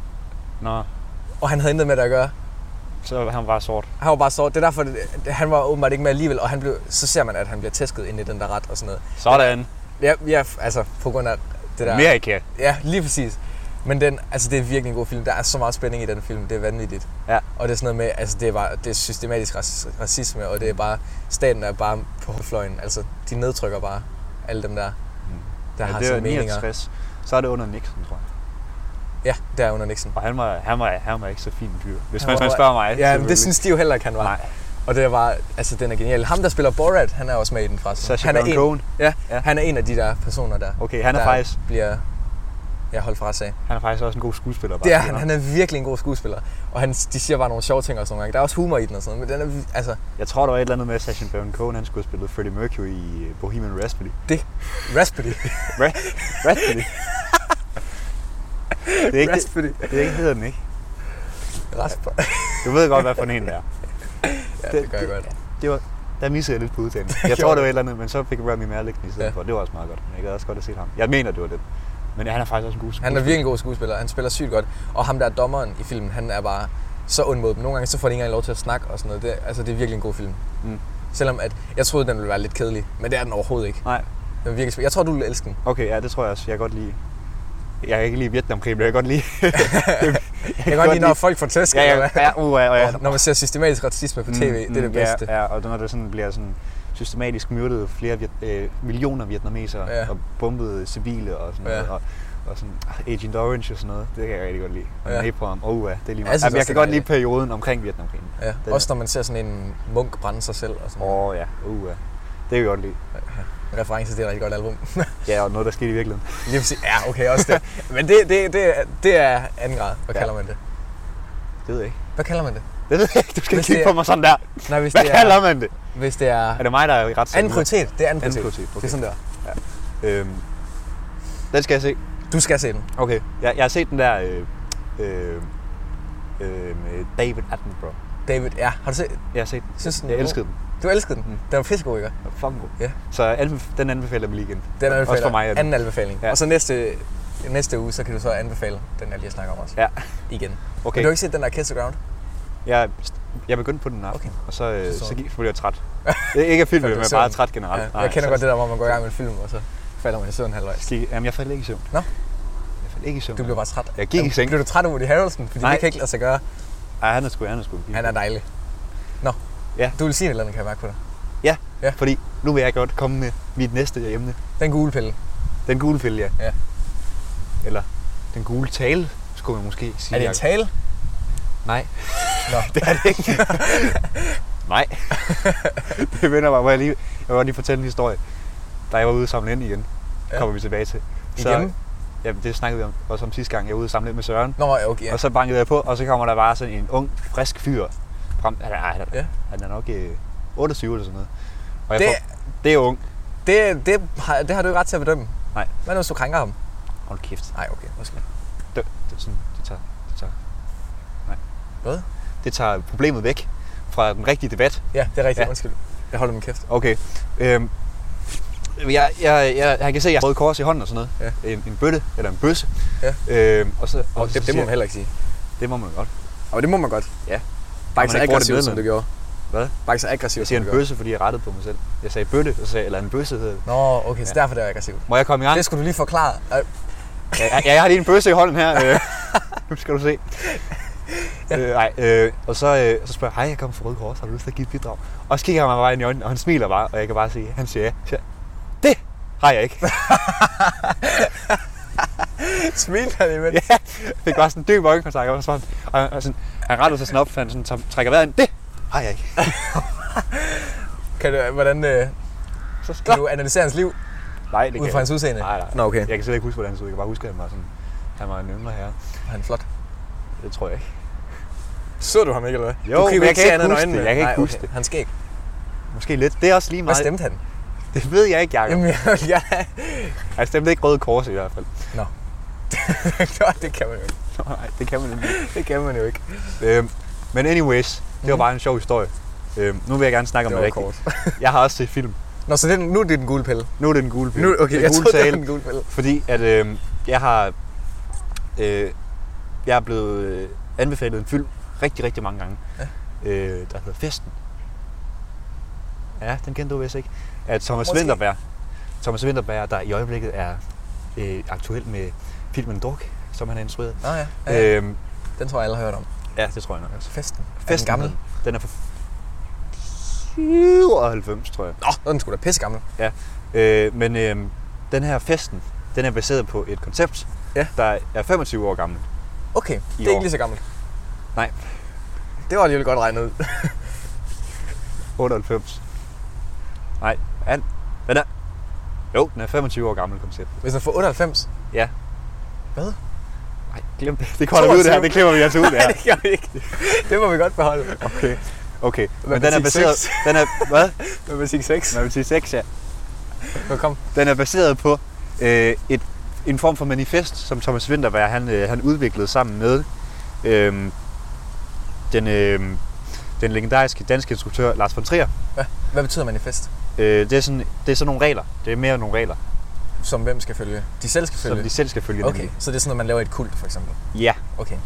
Nå,
og han havde intet med det at gøre.
så er han bare sort.
Han var bare sort. Det er derfor, det, han var åbenbart ikke med alligevel, og han blev, så ser man, at han bliver tæsket inde i den der ret og sådan noget.
Sådan.
Ja, ja altså på grund af det der...
Amerika.
Ja, lige præcis. Men den, altså det er virkelig en god film. Der er så meget spænding i den film. Det er vanvittigt.
Ja.
Og det er sådan noget med, altså det er, bare, det er systematisk rac- racisme, og det er bare, staten er bare på fløjen. Altså, de nedtrykker bare alle dem der, der
Mm. Ja,
har
det
sine
var
meninger.
69. Så er det under Nixon, tror jeg.
Ja, der er under Nixon.
Og han var, han var, han var ikke så fin en fyr. Hvis
Han
man,
var-
man spørger mig.
Ja, men
selvfølgelig.
det synes de jo heller ikke, han var.
Nej.
Og det er bare, altså den er genial. Ham, der spiller Borat, han er også med i den forresten.
Sacha
han er
Baron
en,
Cohen.
ja,
Ja.
han er en af de der personer, der,
Okay, han er,
der
faktisk,
bliver ja, holdt fra sig.
han er faktisk også en god skuespiller. Bare,
Det er han. Han er virkelig en god skuespiller. Og han, de siger bare nogle sjove ting også nogle gange. Der er også humor i den og sådan noget, men den er, vi- altså,
Jeg tror, der var et eller andet med, at Sacha Baron Cohen han skulle have spillet Freddie Mercury i øh, Bohemian Rhapsody.
det. Raspberry.
Ra- Rhapsody? det er ikke, det,
Raspberry.
det er ikke, det hedder den ikke.
Raspberry.
Du ved godt, hvad for en det er.
Ja, det gør jeg godt.
Det var, der missede jeg lidt på udtalen. Jeg tror,
gjorde
det var et eller andet, men så fik Rami Malek den i stedet
Ja.
ja. for. Det var også meget godt. Jeg gad også godt at se ham. Jeg mener, det var det. Men han er faktisk også en god skuespiller.
Han er virkelig en god skuespiller. Han spiller sygt godt. Og ham der er dommeren i filmen, han er bare så ond mod dem. Nogle gange så får de ikke engang lov til at snakke og sådan noget. Det, altså, det er virkelig en god film.
Mm.
Selvom at, jeg troede, den ville være lidt kedelig, men det er den overhovedet ikke.
Nej,
Den er virkelig spændende. Jeg tror, du vil elske den.
okay, ja, det tror jeg også. Jeg kan godt lide... Jeg kan ikke lide Vietnamkrig, men jeg kan godt lide... jeg
Jeg kan godt lide, når folk får tæsk.
Ja,
eller
ja,
hvad?
ja, uh, ja, ja. Mm,
Og Når man ser systematisk racisme på tv, det er det bedste.
Ja, ja, og når der sådan bliver sådan systematisk myrdet flere viet, øh, millioner vietnamesere
Ja.
ja. og bombet civile og sådan
Ja.
noget. Og, og sådan ah, Agent Orange og sådan noget, det kan jeg rigtig godt lide. Og
Ja.
ja. napalm, oh, ja, det er lige
jeg synes
meget. Jeg, jeg
også,
kan
det er
godt lide
dejligt.
perioden omkring Vietnamkrigen.
Ja.
Den-
Også når man ser sådan en munk brænde sig selv og sådan
Åh
noget.
oh, ja, uh, ja. Det kan jeg godt lide.
Reference, det er et rigtig godt album.
Ja, og noget, der skete i virkeligheden.
Lige præcis. Ja, okay, også det. Men det, det, det, er- det er anden grad. Hvad ja.
Ja.
kalder man det?
Det ved jeg ikke.
Hvad kalder man det?
Det ved jeg ikke. Du skal
Hvis
ikke kigge
det er-
på mig sådan der.
Nej, hvis
Hvad
det
kalder
er,
man det?
hvis det er,
Er det mig, der er i ret
anden prioritet. Det er anden
Anden
prioritet.
prioritet,
Det er
okay.
sådan der.
Øhm, den skal jeg se.
Du skal se den.
Okay. Jeg, jeg har set den der... Øh, øh, øh, med David Attenborough.
David, ja. Har du set?
Jeg har set den.
Synes, den
Jeg
var god?
elskede den.
Du elskede den.
Mm.
Mm. Den var pissegod, ikke?
Den var fucking god.
Ja.
Så anbef- den anbefaler jeg mig lige igen.
Den anbefaler.
Også for mig. er den.
Anden anbefaling.
Ja.
Ja. Og så næste, næste uge, så kan du så anbefale den, jeg lige snakker om også.
Ja.
Igen. Okay. Men
Okay.
du har ikke set den der Kiss the Ground?
Jeg, jeg begyndte på den en aften, okay. og så, øh,
Så-
så, gik, så blev jeg træt. ikke af filmen,
Faldt du i
men bare
søvn?
træt generelt.
Ja, jeg kender godt det der, hvor man går i gang med en film, og så falder man i søvn halvvejs.
Gik, jamen, jeg faldt ikke i søvn.
Nå.
Jeg faldt ikke i søvn.
Du blev bare træt.
Jeg gik i seng.
Blev du træt af Woody Harrelson? Fordi
Nej.
Nej. det kan ikke lade sig gøre.
Ej, han er sgu, han er sgu.
Han er dejlig. Nå.
Ja.
Du vil sige et eller andet, kan jeg mærke på dig.
Fordi nu vil jeg godt komme med mit næste emne.
Den gule pille.
Den gule pille, ja.
Ja.
Eller den gule tale, skulle man måske sige.
Er det en
Jacob.
tale?
Nej.
Nå.
det er det ikke. Nej. det minder mig, hvor jeg lige, jeg vil godt lige fortælle en historie. Da jeg var ude og samle ind igen, ja.
Ja.
kommer vi tilbage til.
Igen?
Jamen, det snakkede vi om, også om sidste gang, jeg var ude og samle ind med Søren.
Nå, ja, okay.
Ja.
Ja.
Og så bankede jeg på, og så kommer der bare sådan en ung, frisk fyr frem. Han er, ej, han er, ja.
Ja.
han er nok øh, 28 eller sådan noget. Og jeg
Det-
får, det er ung.
Det, det, har, det har du ikke ret til at bedømme.
Nej.
Hvad nu, hvis du krænker ham?
Hold kæft.
Nej, okay. Undskyld.
Det, det, er sådan, det tager, det tager, nej.
Hvad?
Det tager problemet væk fra den rigtige debat.
Ja, det er rigtigt.
Ja.
Ja. Undskyld. Jeg holder min kæft.
Okay. Øhm, jeg, jeg, jeg, jeg kan se, at jeg har røde kors i hånden og sådan noget. Ja. En, en bøtte, eller en bøsse.
Ja.
Øhm, og så, og
Og
så
det, det,
siger
må
jeg-
man heller ikke sige.
det må man godt.
Og det må man godt. Bare
Ja. man
ikke så
ikke bruger det
aggressivt, som
medlem.
du gjorde.
Hvad?
Bare ikke så aggressivt,
Jeg siger
som
en
du gjorde.
bøsse, fordi jeg rettede på mig selv. Jeg sagde bøtte, og så sagde, eller en bøsse hedder det.
Nå, okay, så derfor det er aggressivt.
Må jeg komme i gang?
Det skulle du lige forklare. Øh,
Ja, jeg, jeg har lige en bøsse i hånden her. øh. nu skal du se. Øh, nej, øh, og så, øh, så spørger jeg, hej, jeg kommer fra Røde Kors, har du lyst til at give et bidrag? Og så kigger han mig bare ind i øjnene, og han smiler bare, og jeg kan bare se, han siger ja. Så siger jeg, det har jeg ikke.
smilte han imens?
ja, det var sådan en dyb øjenkontakt, og, så var han, og han, og sådan, han rettede sig sådan op, for han sådan, tager- trækker vejret ind, det har jeg ikke.
Kan du, hvordan, øh,
Så skal
kan du analysere hans liv
Nej, det
ud
kan
fra
jeg.
hans udseende?
Nej, nej.
Nå, okay.
Jeg kan slet ikke huske, hvordan han så ud. Jeg kan bare huske, at han var, sådan, han var en yngre herre.
Han er flot.
Det tror jeg ikke.
Så du ham ikke, eller hvad?
Jo,
du kan
men jeg
ikke
kan
se
ikke
andet end
huske
øjnene.
det. Jeg kan ikke
Nej,
huske
okay.
det.
Han skal ikke.
Måske lidt. Det er også lige
Hvad
meget.
stemte han?
Det ved jeg ikke, Jacob.
Jamen, jeg vil gerne...
Han stemte ikke Røde Kors i hvert fald.
Nå. Nå, det kan man jo ikke.
Nej, det kan man ikke.
Det kan man jo ikke.
Øhm, men anyways, det var
Mhm.
bare en sjov historie. Øhm, nu vil jeg gerne snakke om
Det
det
var
rigtigt. Jeg har også set film.
Nå, så det, er- nu er det den gule pille.
Nu er det den gule pille.
Nu, okay,
den
jeg
gule
troede, det
tale,
var den gule pille.
Fordi at øhm, jeg har... Øh, jeg er blevet øh, anbefalet en film rigtig, rigtig mange gange. Ja. Øh, der hedder Festen. Ja, den kender du vist ikke. Af Thomas
Måske.
Vinterberg. Thomas Vinterberg, der i øjeblikket er øh, aktuel med filmen Druk, som han har instrueret.
Nå ja, ja, ja.
Ja. Øhm,
den tror jeg alle har hørt om.
ja, det tror jeg nok også.
Festen. Er
Festen
den gammel?
hed den. Den er fra 97, tror jeg.
Nå, så er den sgu da pisse gammel.
Øh, men øh, den her festen, den er baseret på et koncept,
Ja.
der er 25 år gammelt.
Okay, det er
år.
ikke lige så gammelt.
Nej.
Det var alligevel godt regnet ud.
98. Nej, han, den er... Jo, den er 25 år gammel koncept.
Hvis den får 98.
Ja.
Hvad?
Nej, glem det. Det kommer vi ud det her.
22.
Det klipper vi altså ud det her.
det gør vi ikke. Det må vi godt beholde.
Okay. Okay, men den er
Matematik
baseret...
seks.
Den er, hvad?
Matematik 6.
Matematik 6, ja.
Nå, kom.
Den er baseret på øh, et, en form for manifest, som Thomas Vinterberg han, øh, han udviklede sammen med øh, den, øh, den legendariske danske instruktør Lars von Trier.
Hvad betyder manifest?
Øh, det, er sådan, det er sådan nogle regler. Det er mere nogle regler,
Som hvem skal følge? De selv skal
som
følge?
de selv skal følge.
Okay,
nemlig.
så det er sådan noget, man laver i et kult, for eksempel.
Ja,
Okay.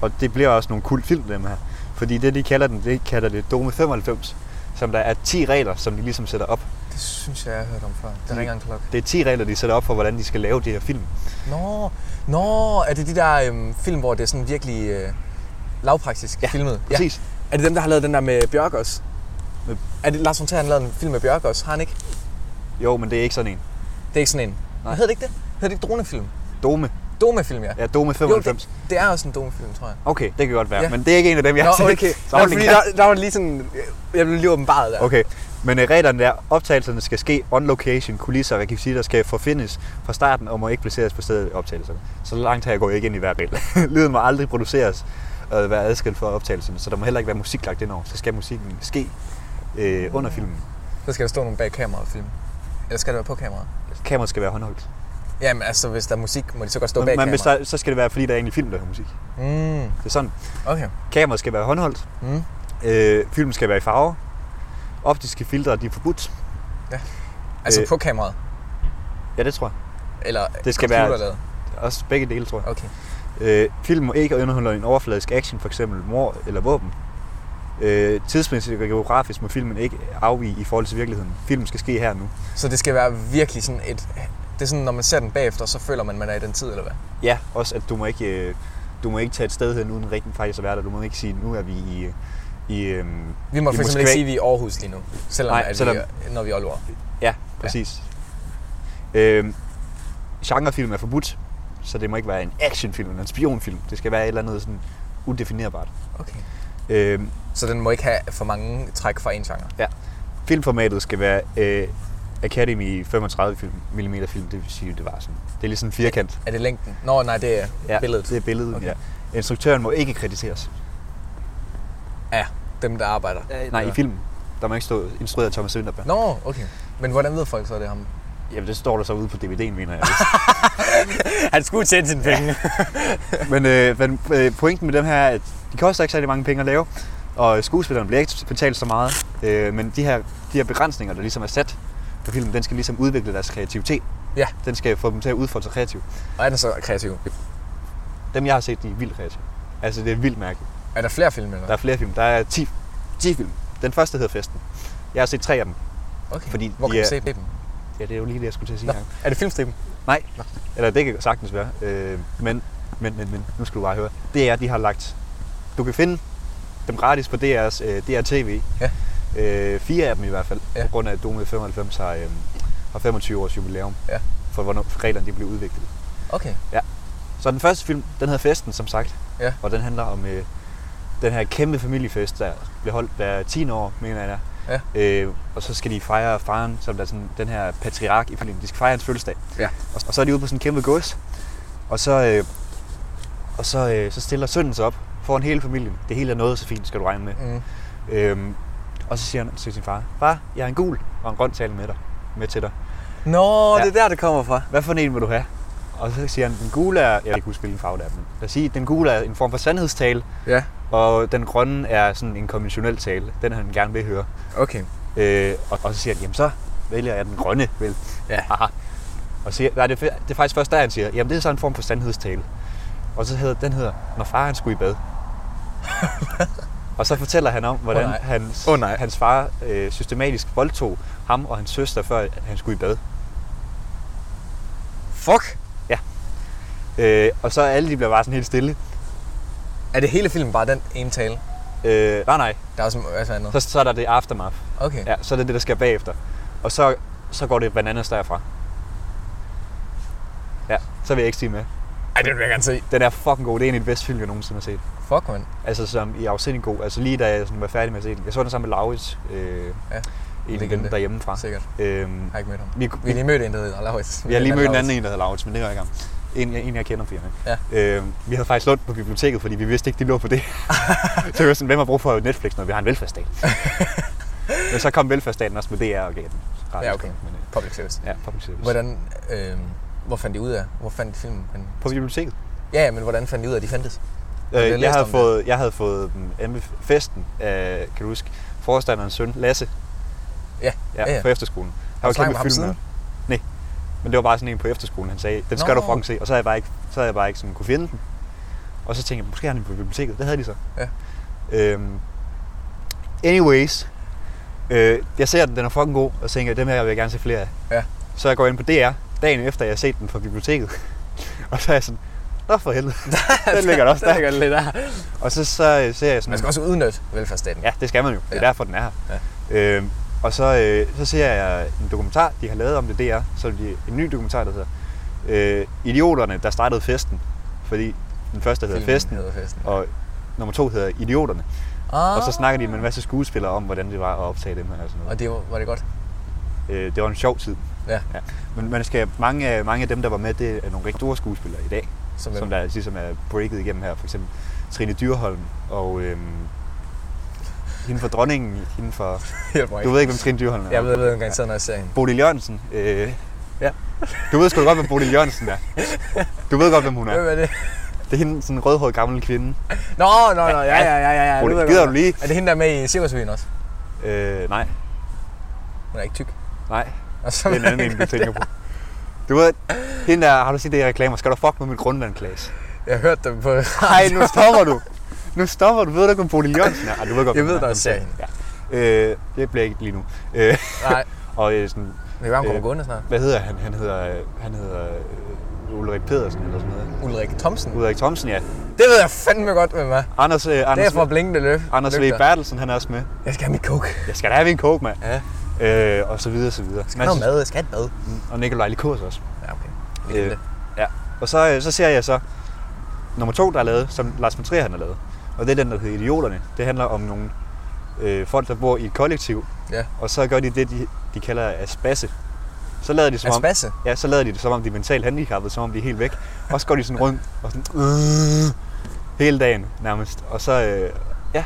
og det bliver også nogle cool film, dem her. Fordi det, de kalder den, det kalder det Dome 95, som der er 10 regler, som de ligesom sætter op.
Det synes jeg, jeg har hørt om før. Det
Mm.
ringer en klokke.
Det er 10 regler, de sætter op for, hvordan de skal lave de her film.
Nå, nå, er det de der øhm, film, hvor det er sådan virkelig øh, lavpraktisk
Ja,
filmet?
Præcis.
Er det dem, der har lavet den der med Bjørk også?
Med-
Er det Lars von Trier, han lavede en film med Bjørk også? Har han ikke?
Ja. Jo, men det er ikke sådan en.
Det er ikke sådan en.
Nej.
Nej. Hedder det ikke det? Hedder det ikke dronefilm?
Dome.
Domefilm, ja.
Ja, Dome 95.
Jo, det, det er også en domefilm, tror jeg.
Okay, det kan godt være, ja.
Ja.
men det er ikke en af dem, jeg har
Nå,
set.
okay.
Så
Nå,
hold
fordi
den
der, der var lige sådan... øh, Jeg blev lige åbenbaret der.
kæft. okay, men øh, reglerne der, optagelserne skal ske on location, kulisser og rekvisitter skal forfindes fra starten og må ikke placeres på stedet i optagelserne. Så langt har jeg gået ikke ind i hver regel. Lyden må aldrig produceres og være adskilt fra optagelserne, så der må heller ikke være musik lagt ind over. Så skal musikken ske øh, under filmen.
Så skal der stå nogen bag kameraet og filme. Eller skal det være på kameraet?
Kameraet skal være håndholdt.
Jamen altså, hvis der er musik, må de så godt stå bag
Men, men hvis
kameraet.
der, så skal det være, fordi der er egentlig film, der har musik.
Mm,
Det er sådan.
okay.
Kameraet skal være håndholdt.
Mm.
Øh, filmen skal være i farver. Optiske filtre, de er forbudt.
Altså
Øh.
på kameraet?
Ja, det tror jeg.
Eller
Det skal være-
computerlavet?
Også begge dele, tror jeg.
Okay.
Øh, filmen må ikke underholde en overfladisk action, f.eks. mor eller våben. Øh, tidsmæssigt og geografisk må filmen ikke afvige i forhold til virkeligheden. Filmen skal ske her og nu.
Så det skal være virkelig sådan et... Det er sådan, når man ser den bagefter, så føler man, man er i den tid, eller hvad?
Ja, også at du må ikke, øh, du må ikke tage et sted hen uden rigtig faktisk at være der. Du må ikke sige, nu er vi i, øh, i øhm,
Vi må
I
for eksempel
Moskva.
ikke sige, at vi er i Aarhus lige nu, selvom,
Nej,
Nej, at
selvom-
vi er, når vi er i Aalborg.
Ja, præcis. Ja. Øhm, genrefilm er forbudt, så det må ikke være en actionfilm eller en spionfilm. Det skal være et eller andet sådan udefinerbart.
Okay.
Øhm,
Så den må ikke have for mange træk fra en genre.
filmformatet skal være øh, Academy 35 film, mm film, det vil sige, det var sådan. Det er ligesom en firkant.
Er det længden? Nå, nej, det er ja. billedet.
Det er billedet, okay.
Okay.
ja. Instruktøren må ikke krediteres.
Dem, der arbejder.
Nej, i filmen. Der må ikke stå instrueret af Thomas Vinterberg.
Nå, okay. Men hvordan ved folk så, at det er ham?
Jamen, det står der så ude på DVD'en, mener jeg.
Han skulle tjene sine penge.
men, øh, men øh, pointen med dem her er, at de koster ikke særlig mange penge at lave, og skuespillerne bliver ikke betalt så meget. Øh, men de her, de her begrænsninger, der ligesom er sat på filmen, den skal ligesom udvikle deres kreativitet.
Ja.
Den skal få dem til at udfordre sig kreativt.
Og er den så kreativ?
Dem, jeg har set, de er vildt kreative. Altså, det er vildt mærkeligt.
Er der flere film, eller?
Der er flere film. Der er 10, 10 film. Den første hedder Festen. Jeg har set tre af dem.
Okay.
fordi
Hvor kan
de
du
er-
se dem?
Ja, det er jo lige det, jeg skulle til at sige.
Nå.
her.
Er det filmstriben?
Nej, eller det kan sagtens være. Øh, men, men, men, men, nu skal du bare høre. Det er, de har lagt. Du kan finde dem gratis på DR's, øh, DR TV.
Ja.
Øh, fire af dem i hvert fald, ja.
Ja.
på grund af, at Dome 95 har, øh, har 25 års jubilæum.
Ja.
For hvornår for reglerne de blev udviklet.
Okay.
Så den første film, den hedder Festen, som sagt.
Ja.
Og den handler om øh, den her kæmpe familiefest, der bliver holdt hver 10 år, mener jeg det er. Øh, og så skal de fejre faren, som der er sådan, den her patriark i familien. De skal fejre hans fødselsdag.
Ja.
Og, og så er de ude på sådan en kæmpe gods. Og så, øh, og så, øh, så stiller sønnen sig op foran hele familien. Det hele er noget så fint, skal du regne med.
Mm.
Øhm, og så siger han til sin far, far, jeg har en gul og en grøn tale med dig. Med til dig.
Nå,
Ja.
ja. det er der, det kommer fra.
Hvad for en vil du have? Og så siger han, den gule er, jeg kan ikke huske hvilken farve det er, men lad os sige, den gule er en form for sandhedstale,
Ja,
og den grønne er sådan en konventionel tale, den han gerne vil høre.
okay.
Øh, og, og, så siger han, jamen så vælger jeg den grønne, vel?
Ja.
Aha. Og siger, nej, det, er, det er faktisk først der, han siger, jamen det er så en form for sandhedstale. Og så hedder, den hedder, når far han skulle i bad. og så fortæller han om, hvordan
Åh, nej.
hans,
Åh, nej.
hans far øh, systematisk voldtog ham og hans søster, før at han skulle i bad.
Fuck!
Øh, og så alle de bliver bare sådan helt stille.
Er det hele filmen bare den ene tale?
Øh, nej, nej,
Der er også altså andet.
så, så er der det aftermath.
Okay.
Ja, så er det det, der sker bagefter. Og så, så går det bananas derfra. Ja, så vil jeg ikke sige med.
Ej, det vil jeg gerne se.
Den er fucking god. Det er en af de bedste film, jeg nogensinde har set.
Fuck, man.
Altså, som i er afsindelig god. Altså, lige da jeg sådan var færdig med at se den. Jeg så den sammen med Laurits. Øh,
Ja,
en af
legende.
dem derhjemmefra.
Sikkert.
Øhm,
Har ikke mødt ham.
vi,
Vi har
vi,
lige mødt en, der hedder Laurits.
vi har lige mødt en anden
Laurits.
en, der hedder Laurits, men det var ikke ham. En, jeg- en jeg kender firma.
Ja.
Øhm, vi havde faktisk lånt på biblioteket, fordi vi vidste ikke, de lå på det. så vi var sådan, hvem har brug for Netflix, når vi har en velfærdsstat? men så kom velfærdsstaten også med DR og gav den. gratis.
Ja, okay.
Men, øh,
Public service.
Ja, public service.
Hvordan, øh, hvor fandt de ud af? Hvor fandt filmen? henne?
På biblioteket.
Ja, ja, men hvordan fandt de ud af, at de fandtes? Har du
Øh, jeg,
læst
havde
om
fået, jeg havde fået dem hjemme ved festen af, kan du huske, forstanderens søn, Lasse,
Ja.
ja,
Ja, ja.
på efterskolen. Han
du snakket med ham
filmnørd. Nej, men det var bare sådan en på efterskolen, han sagde, den skal
Nå.
du fucking se, og så havde jeg bare ikke, så havde jeg bare ikke sådan, kunne finde den. Og så tænkte jeg, måske har han den på biblioteket, det havde de så.
Ja.
Øhm, anyways, øh, jeg ser den, den er fucking god, og tænker, dem her vil jeg gerne se flere af.
Ja.
Så jeg går ind på DR, dagen efter jeg har set den fra biblioteket, og så er jeg sådan, Nå for helvede, den ligger der også der.
ligger lidt der.
Og så, så øh, ser jeg sådan...
Man skal også udnytte velfærdsstaten.
Ja, det skal man jo. Det er
Ja.
derfor, den er her. Ja. Øhm, og så, øh, så ser jeg en dokumentar, de har lavet om det DR. Så er det en ny dokumentar, der hedder øh, Idioterne, der startede festen. Fordi den første hedder
Filmen
Festen,
Hedder festen.
og nummer to hedder Idioterne.
Ah,
Og så snakker de med en masse skuespillere om, hvordan det var at optage dem her og sådan noget.
Og det var, var det godt.
Øh, det var en sjov tid.
Ja.
ja. Men man skal, mange, af, mange af dem, der var med, det er nogle rigtig store skuespillere i dag.
Som,
Som
som
der ligesom er breaket igennem her. For eksempel Trine Dyrholm og øhm, hende for dronningen, hende for...
hjælper mig
Du
ikke.
ved ikke, hvem Trine Dyrholm er?
Jeg ved, jeg ved engang sådan, når jeg ser hende.
Bodil Jørgensen. Øh, ja. Du ved sgu da godt, hvem Bodil Jørgensen er. Du ved godt, hvem hun er.
Hvem er det?
Det er hende, sådan en rødhåret gammel kvinde.
Nå, nå, nå, ja, ja, ja, ja. ja.
Rune,
nu ved jeg
gider
godt.
du lige?
Er det hende, der er med i Cirkusrevyen også?
Øh, nej,
Hun er ikke tyk.
nej.
Og så,
Det er en anden en, du tænker på. Du ved, hende der, har du set det i reklamer, skal du fuck med mit grundland, Klaas?
jeg hørte dem på...
Nej, nu stopper du. Nu stopper du. Ved du ikke, om Bodil Jørgensen er? Ej, du ved godt,
Jeg
hvem
ved, der
hun
er
Hvem
serien.
hun Ja. Øh, det bliver ikke lige nu. Øh,
Nej,
og øh, sådan,
vi kan bare komme
Øh.
gående snart.
hvad hedder han? Han hedder, øh, han hedder øh, Ulrik Pedersen eller sådan noget.
Ulrik Thomsen.
Ulrik Thomsen, ja.
Det ved jeg fandme godt, hvem er.
Anders, øh,
Det
Anders,
er fra Blinkende Løb.
Anders V.
Lygter.
Bertelsen, han er også med.
Jeg skal have min coke.
Jeg skal da have en coke, mand.
Ja.
Øh, og så videre, så videre.
Jeg skal have noget mad. Jeg skal have et mad.
Og Nikolaj Likos også.
Ja, okay. Vi kan
Øh,
det.
ja. Og så, øh, så ser jeg så nummer to, der er lavet, som Lars von Trier han har lavet. Og det er den, der hedder Idioterne. Det handler om nogle øh, folk, der bor i et kollektiv.
Ja.
Og så gør de det, de, de kalder aspasse. Så lader de som om,
Aspasse.
ja, så lader de det, som om de er mentalt handicappede, som om de er helt væk. Og så går de sådan rundt og sådan, øh, hele dagen nærmest. Og så, øh, ja,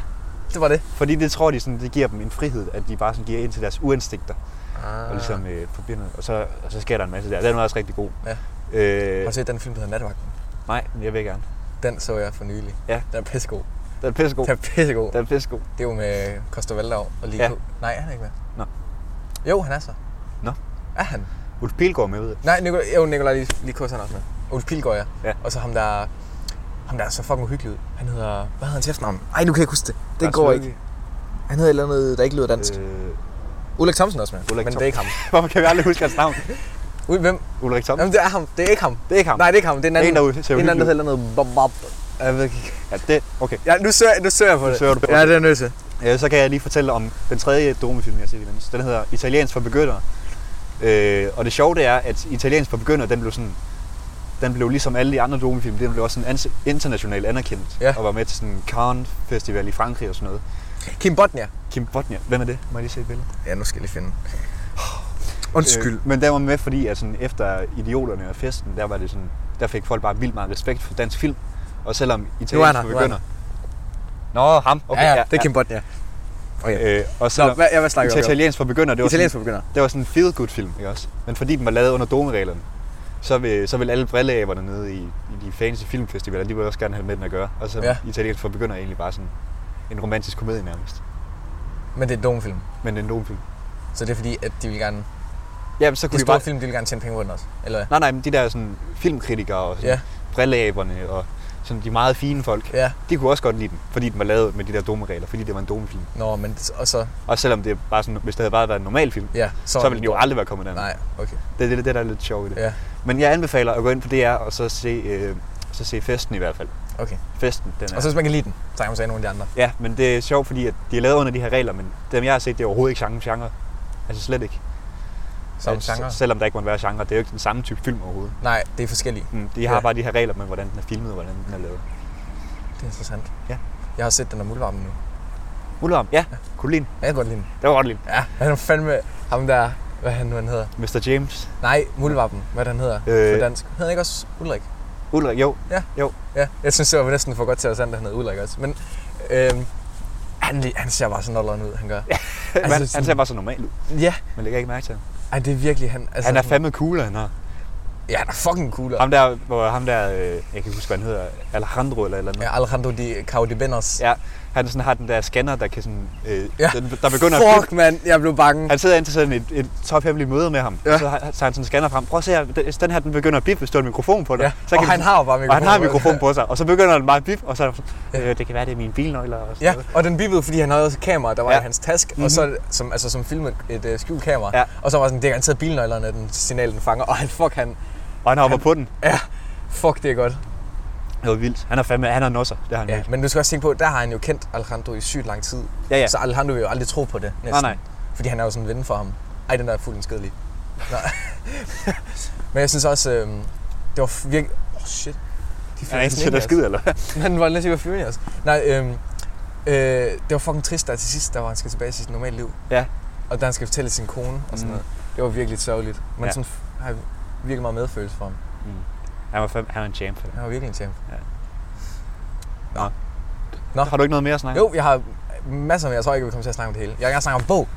Det var det.
fordi det tror de, sådan, det giver dem en frihed, at de bare sådan giver ind til deres uinstinkter.
Ah.
Og ligesom øh, forbinder, og så, og så sker der en masse der. Den var også rigtig god.
Ja.
Øh,
Har du set den film, der hedder Nattevagten?
Nej, men jeg vil gerne.
Den så jeg for nylig.
Ja.
Den er pissegod.
Den er pissegod.
Den er pissegod.
Den er pissegod.
Det er jo med Koster Valdau og lige
Ja.
ja. Nej, han er ikke med.
Nå.
Jo, han er så.
Nå.
Er han?
Ulf Pilgaard er med, ved jeg.
Nej, Nicolai, jo, Nicolai lige, lige kurser han er også med. Ulf Pilgaard, ja.
Ja.
Og så ham der, ham der er så fucking uhyggelig ud. Han hedder, hvad hedder han til efternavn? Ej, nu kan jeg ikke huske det. Det
Lars
går
Løkke.
ikke. Han hedder et eller andet, der ikke lyder dansk. Øh.
Øh,
Ulrik Thomsen er også med,
Ulrik
men det
Thom-
er ikke ham.
Hvorfor kan vi aldrig huske hans navn?
Ui, hvem?
Ulrik Thomsen.
Jamen, det er ham. Det er ikke ham.
Det er ikke ham.
Nej, det er ikke ham. Det er en anden,
Det er en, der ser
en anden, der
uhyggelig
hedder noget bob, bob. Jeg ved ikke.
Ja, det, okay.
Ja, nu søger, jeg- nu søger jeg på det.
søger du på
ja,
det.
det er jeg nødt til.
Øh, så kan jeg lige fortælle om den tredje domefilm, jeg har set imens. Den hedder Italiensk for begyndere. Øh, og det sjove det er, at Italiensk for begyndere, den blev sådan den blev ligesom alle de andre domefilm, den blev også sådan ans- internationalt anerkendt.
Ja.
Og var med til sådan en Cannes Festival i Frankrig og sådan noget.
Kim Bodnia.
Kim Bodnia, hvem er det? Må jeg lige se et billede?
Ja, nu skal jeg lige finde. Undskyld.
Øh, men der var med, fordi at sådan, efter Idioterne og festen, der, var det sådan, der fik folk bare vildt meget respekt for dansk film. Og selvom
han
italiensk
her, nu er
begynder... Nå, ham.
Okay, ja, ja, det er Kim Bodnia. Okay.
ja. Øh, og
Nå,
selvom
hvad, jeg, hvad snakker vi om?
italiensk for begynder, det var,
Italiensk
sådan,
for begyndere.
det var sådan en feel-good-film, ikke også? Men fordi den var lavet under domereglerne, så vil, så vil alle brilleaberne nede i, i de fancy filmfestivaler, de vil også gerne have med den at gøre. Og så
Ja.
ja. italiensk for begynder er egentlig bare sådan en romantisk komedie nærmest.
Men det er en domfilm.
Men en domfilm.
Så det er fordi, at de vil gerne...
Ja, men så
Det
kunne
er
vi
store
bare...
film, de vil gerne tjene penge på den også. Eller hvad?
Nej, nej, men de der sådan, filmkritikere og sådan,
Ja.
ja. brilleaberne og sådan, de meget fine folk,
Ja.
de kunne også godt lide den, fordi den var lavet med de der dumme regler, fordi det var en dumme film.
Nå, men s- og så...
Og selvom det bare sådan, hvis det havde bare været en normal film,
Ja,
så ville den jo aldrig være kommet derned.
Nej, okay.
Det er det, det, der er lidt sjovt i det.
Ja,
Men jeg anbefaler at gå ind på DR og så se, øh, så se festen i hvert fald.
okay.
Festen, den er.
Og så hvis man kan lide den, så kan man se nogle af de andre.
Ja, men det er sjovt, fordi at de er lavet under de her regler, men dem jeg har set, det er overhovedet ikke samme genre. Altså slet ikke.
Som
Altså,
genre.
Selvom der ikke må være genre, det er jo ikke den samme type film overhovedet.
Nej, det er forskellige.
Mm, De har
Ja.
ja. bare de her regler med, hvordan den er filmet og hvordan den er lavet.
Det er interessant.
Ja.
Jeg har set den om muldvarmen nu.
Mulderholm, ja. Kunne du lide den?
Ja, jeg kan godt lide den.
Det var godt lide den.
Ja, han er fandme ham der... Hvad han nu han hedder.
Mr. James.
Nej, muldvarpen. Hvad den hedder øh.
Øh.
på dansk. Hedder han ikke også Ulrik?
Ulrik, jo.
Ja, jeg synes, det var næsten for godt til at være sandt, at han hed Ulrik også. Men øhm, han, li- han ser bare så nolleren ud, han gør. Ja,
Altså, han,
sådan-
han ser bare så normal ud.
ja
Man lægger ikke mærke til ham.
ej, det er virkelig han. Altså,
Han er fandme cool, han har.
Ja, han er fucking cool.
Ham der, hvor ham der, øh, jeg kan ikke huske, hvad han hedder, Alejandro eller et eller andet.
Ja, Alejandro de Caudibenos.
ja. Han sådan har den der scanner, der kan sådan, øh,
Ja.
ja. den, der begynder at
Fuck,
flytte.
mand, jeg blev bange.
Han sidder ind til sådan et, et tophemmeligt møde med ham,
Ja.
ja. så har- tager han sådan en scanner frem. Prøv at se her, den- den her den begynder at bippe, hvis du har en mikrofon på dig.
Ja.
Så
og
vi-
han har jo bare
og han har en
på.
mikrofon på sig, og så begynder den bare at bippe, og så er der sådan,
Ja.
øh, det kan være, det er mine bilnøgler og sådan
Ja,
noget.
og den bippede, fordi han havde også et kamera, der var ja.
Ja.
i hans task, mm-hmm.
Mhm.
og så, som, altså, som filmet et øh, skjult kamera.
Ja.
Og så var sådan, det er garanteret bilnøglerne, den signal, den fanger, og han, fuck, han,
Og han hopper på den.
ja, fuck, det er godt.
Det var vildt. Han er fandme, han er nosser, det har han
Ja,
virkelig.
men du skal også tænke på, der har han jo kendt Alejandro i sygt lang tid.
Ja, ja.
Så Alejandro vil jo aldrig tro på det, næsten.
Nej, nej.
Fordi han er jo sådan en ven for ham. Ej, den der er fuldt skadelig. Nej. men jeg synes også, øh, det var f- virkelig... Åh, oh, shit. De
Han er ikke
næsten
til at
ind i os.
skide, eller hvad?
Han var næsten ikke Furious. Nej, øhm, øh, det var fucking trist, der til sidst, der var, han skal tilbage til sit normale liv.
Ja.
Og da han skal fortælle sin kone og sådan
Mm.
noget. Det var virkelig sørgeligt. Men ja.
Ja.
sådan f- har jeg virkelig meget medfølelse for ham.
Han var fandme, han er en champ. for det.
Han var virkelig en champ. Nå.
Har du ikke noget mere at snakke om?
Jo, jeg har masser af, jeg tror ikke, vi kommer til at snakke om det hele. Jeg vil gerne snakke om bog.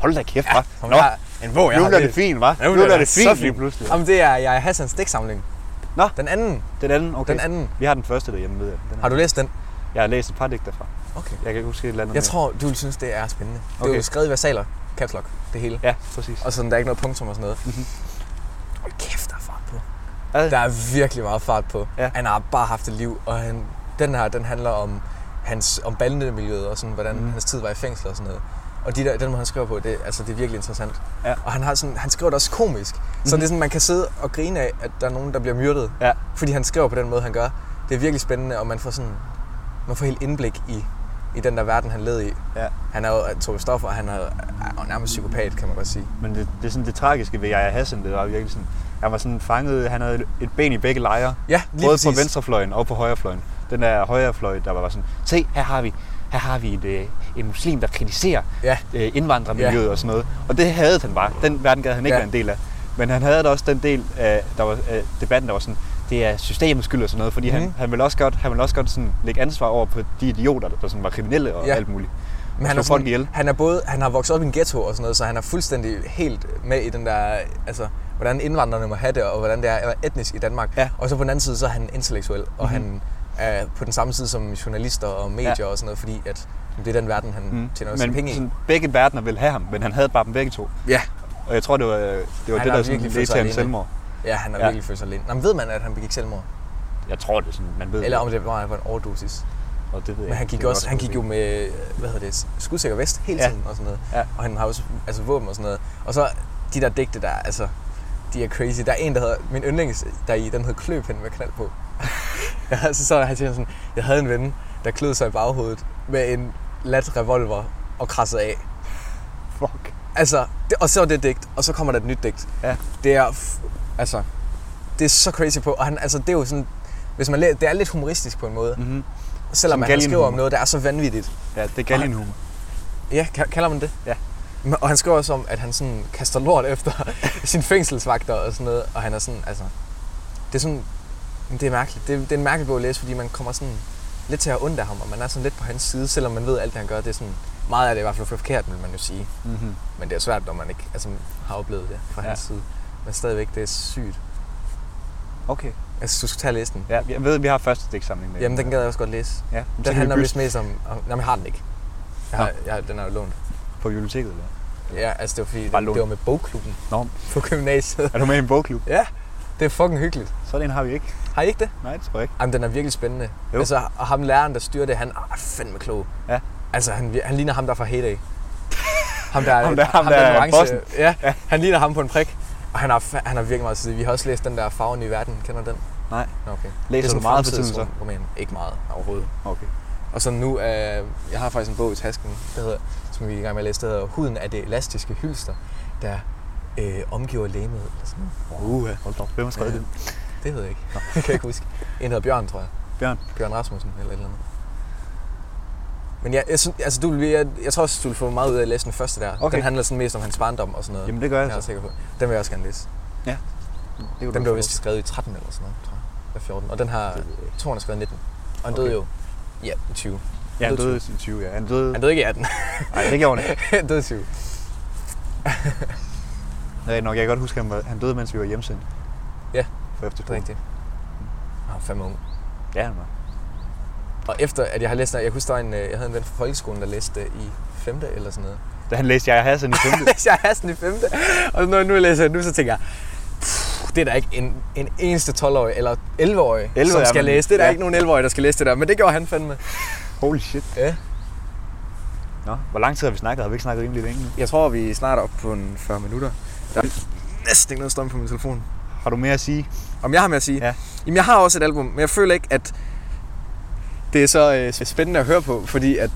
Hold da kæft, hva'?
Som
Nå,
jeg har, en bog, jeg
nu
har
bliver det
læst.
fint, hva'?
Ja, nu
Nu
bliver
bliver
det
det
så
fint lige
fint.
pludselig.
Jamen, det er jeg Hassans dæksamling.
Nå.
Den anden.
Den anden, okay.
Den anden.
Vi har den første derhjemme, ved jeg. Den
Har du læst den?
her. Jeg har læst et par digter fra.
Okay.
Jeg kan ikke huske et eller andet
Jeg
mere.
tror, du vil synes, det er spændende. Okay. Det er
Okay.
jo skrevet i versaler, caps lock, det hele.
Ja, præcis.
Og sådan, der er ikke noget punktum og sådan noget.
Mhm.
Hold kæft, der er fart på.
Ja.
Der er virkelig meget fart på.
Ja.
Han har bare haft et liv, og han, den her, den handler om, hans, om bandemiljøet og sådan, hvordan
Mhm.
mm. hans tid var i fængsel og sådan noget. Og de der, den måde, han skriver på, det, altså, det er virkelig interessant.
Ja.
Og han, har sådan, han skriver det også komisk. Mm-hmm. Så
Mhm.
det er sådan, man kan sidde og grine af, at der er nogen, der bliver myrdet.
Ja.
Fordi han skriver på den måde, han gør. Det er virkelig spændende, og man får sådan, man får helt indblik i, i den der verden, han led i.
Ja.
Han er jo Tove Stoffer, og han er, er jo nærmest psykopat, kan man godt sige.
Men det, det, er sådan, det tragiske ved Jaja Hassan, det var virkelig sådan, han var sådan fanget, han havde et ben i begge lejre.
Ja, lige
både
præcis.
på venstrefløjen og på højrefløjen. Den der højrefløj, der var bare sådan, se, her har vi, her har vi et, øh, en muslim, der kritiserer
Ja.
øh, indvandrermiljøet og sådan noget. Og det havde han bare. Den verden gad han ikke
Ja.
ja. være en del af. Men han havde da også den del af der var, øh, debatten, der var sådan, det er systemets skyld og sådan noget, fordi mm.
Mhm.
han, han ville også godt, han ville også godt sådan lægge ansvar over på de idioter, der, der sådan var kriminelle og
Ja.
ja. alt muligt.
Men han
Slå
er,
folk ihjel.
sådan, han er både, han har vokset op i en ghetto og sådan noget, så han er fuldstændig helt med i den der, altså, hvordan indvandrerne må have det, og hvordan det er at være etnisk i Danmark.
Ja. Mhm.
Og så på den anden side, så er han intellektuel, og mm-hmm. han er på den samme side som journalister og medier ja.
Ja. Mhm.
og sådan noget, fordi at det er den verden, han mm. tjener sine
Men
penge i.
sådan, begge verdener ville have ham, men han havde bare dem begge to.
Ja.
Og jeg tror, det var det, var
Han
det
har
der sådan,
virkelig
ledte
følt sig
til hans
alene.
selvmord.
Ja, han har ja.
Ja.
virkelig følt sig alene. Nå, men ved man, at han begik selvmord?
Jeg tror det er sådan, man ved
Eller om
det.
det bare var en overdosis?
Og det ved jeg
Men han
ikke.
gik,
Det er
også,
godt
han
at
gik
vide.
jo med, hvad hedder det, skudsikker vest hele
Ja.
tiden og sådan noget.
Ja.
Og han har også altså, våben og sådan noget. Og så de der digte der, altså, de er crazy. Der er en, der hedder, min yndlings der er i, den hedder Kløpind med knald på. altså, så han siger sådan, jeg havde en ven, der klød sig i baghovedet med en lat revolver og krassede af.
Fuck.
Altså, det, og så er det digt, og så kommer der et nyt digt.
Ja.
Det er, f- altså, det er så crazy på, og han, altså, det er jo sådan, hvis man læ- det er lidt humoristisk på en måde,
Mm-hmm.
selvom
Som
man skriver om
galgenhumor.
noget, der er så vanvittigt.
Ja, det er galgenhumor.
Ja, ka- kalder man det?
Ja.
Men- Og han skriver også om, at han sådan kaster lort efter sine fængselsvagter og sådan noget, og han er sådan, altså... Det er sådan... men Det er mærkeligt. Det er, det er en mærkelig bog at læse, fordi man kommer sådan lidt til at have ondt af ham, og man er sådan lidt på hans side, selvom man ved alt det, han gør. Det er sådan... Meget af det er i hvert fald forkert, vil man jo sige.
Mm-hmm.
Men det er svært, når man ikke altså, har oplevet det fra ja.
Ja.
hans side. Men stadigvæk, det er sygt.
Okay.
Altså, du skal tage og læse den.
Ja, jeg ved, vi har første digtsamling med.
Jamen, den gad jeg også godt læse.
Ja, så
Den
kan vi
handler
bytte
vist mest om... om nej, men jeg har den ikke. Jeg har,
Nå.
jeg, den er jo lånt.
På biblioteket, eller?
Ja, altså det var fordi, det,
Bare lån.
det var med bogklubben
Nå,
på gymnasiet.
er du med i en bogklub?
Ja, det er fucking hyggeligt.
Sådan en har vi ikke.
Har I ikke det?
Nej, det tror jeg ikke.
Jamen, den er virkelig spændende.
Jo.
Altså, og ham læreren, der styrer det, han er fandme klog.
Ja.
Altså, han, vir- han ligner ham, der er fra Heyday. Ham der,
Ham der- ham der er bossen.
Ja,
Ja.
han ligner ham på en prik. Og han har, fa- han har virkelig meget tid. Vi har også læst den der Farven i verden. Kender du den?
Nej.
Nå, Okay.
Læser du meget for tiden, så?
Roman. Ikke meget overhovedet.
Okay.
Og så nu, øh, jeg har faktisk en bog i tasken, der hedder, som vi er i gang med at læse, der hedder Huden af det elastiske hylster, der øh, omgiver lægemet. Eller sådan noget.
Uh, hold da op. Hvem har skrevet
Ja.
det?
Det ved jeg ikke. Det kan jeg ikke huske. En hedder Bjørn, tror jeg.
Bjørn.
Bjørn Rasmussen eller et eller andet. Men jeg, jeg, synes, altså, du, vil- jeg, jeg tror også, du vil få meget ud af at læse den første der.
Okay.
Den handler sådan mest om hans barndom og sådan noget.
Jamen, det gør
jeg
jeg
er
altså.
sikker på. Den vil jeg også gerne læse.
Det
Den blev vist skrevet i 13 eller sådan noget, tror jeg. Eller 14. Og den har,
Det ved jeg ikke.
Toren er skrevet i 19. Og han
Okay.
døde jo ja, i 20.
Ja, han døde i 20, ja. Han døde...
Han døde ikke i 18.
Nej, det gjorde han ikke.
han døde i 20.
Det er nok, jeg kan godt huske, at han, var- han døde, mens vi var hjemsendt.
Ja.
For efter
Det er rigtigt. Han var fandme ung.
Ja, han var.
Og efter at jeg har læst den, jeg husker, der var en, øh, jeg havde en ven fra folkeskolen, der læste det i 5. eller sådan noget.
Da han læste Jaja Hassan i 5.
hvis jeg er sådan i femte. Og når jeg nu læser det nu, så tænker jeg, "Pff, det er der ikke en, en eneste 12-årig eller 11-årig,
11
som
er
skal
man-
læse. Det er der
ja.
ikke nogen 11-årige, der skal læse det der, men det gjorde han fandme.
Holy shit.
Ja.
Nå, hvor lang tid har vi snakket? Har vi ikke snakket rimelig længe nu?
Jeg tror, vi er snart oppe på en 40 minutter. Der er næsten ikke noget strøm på min telefon.
Har du mere at sige?
Om jeg har med at sige?
Ja.
Jamen, jeg har også et album, men jeg føler ikke, at det er så øh, spændende at høre på, fordi at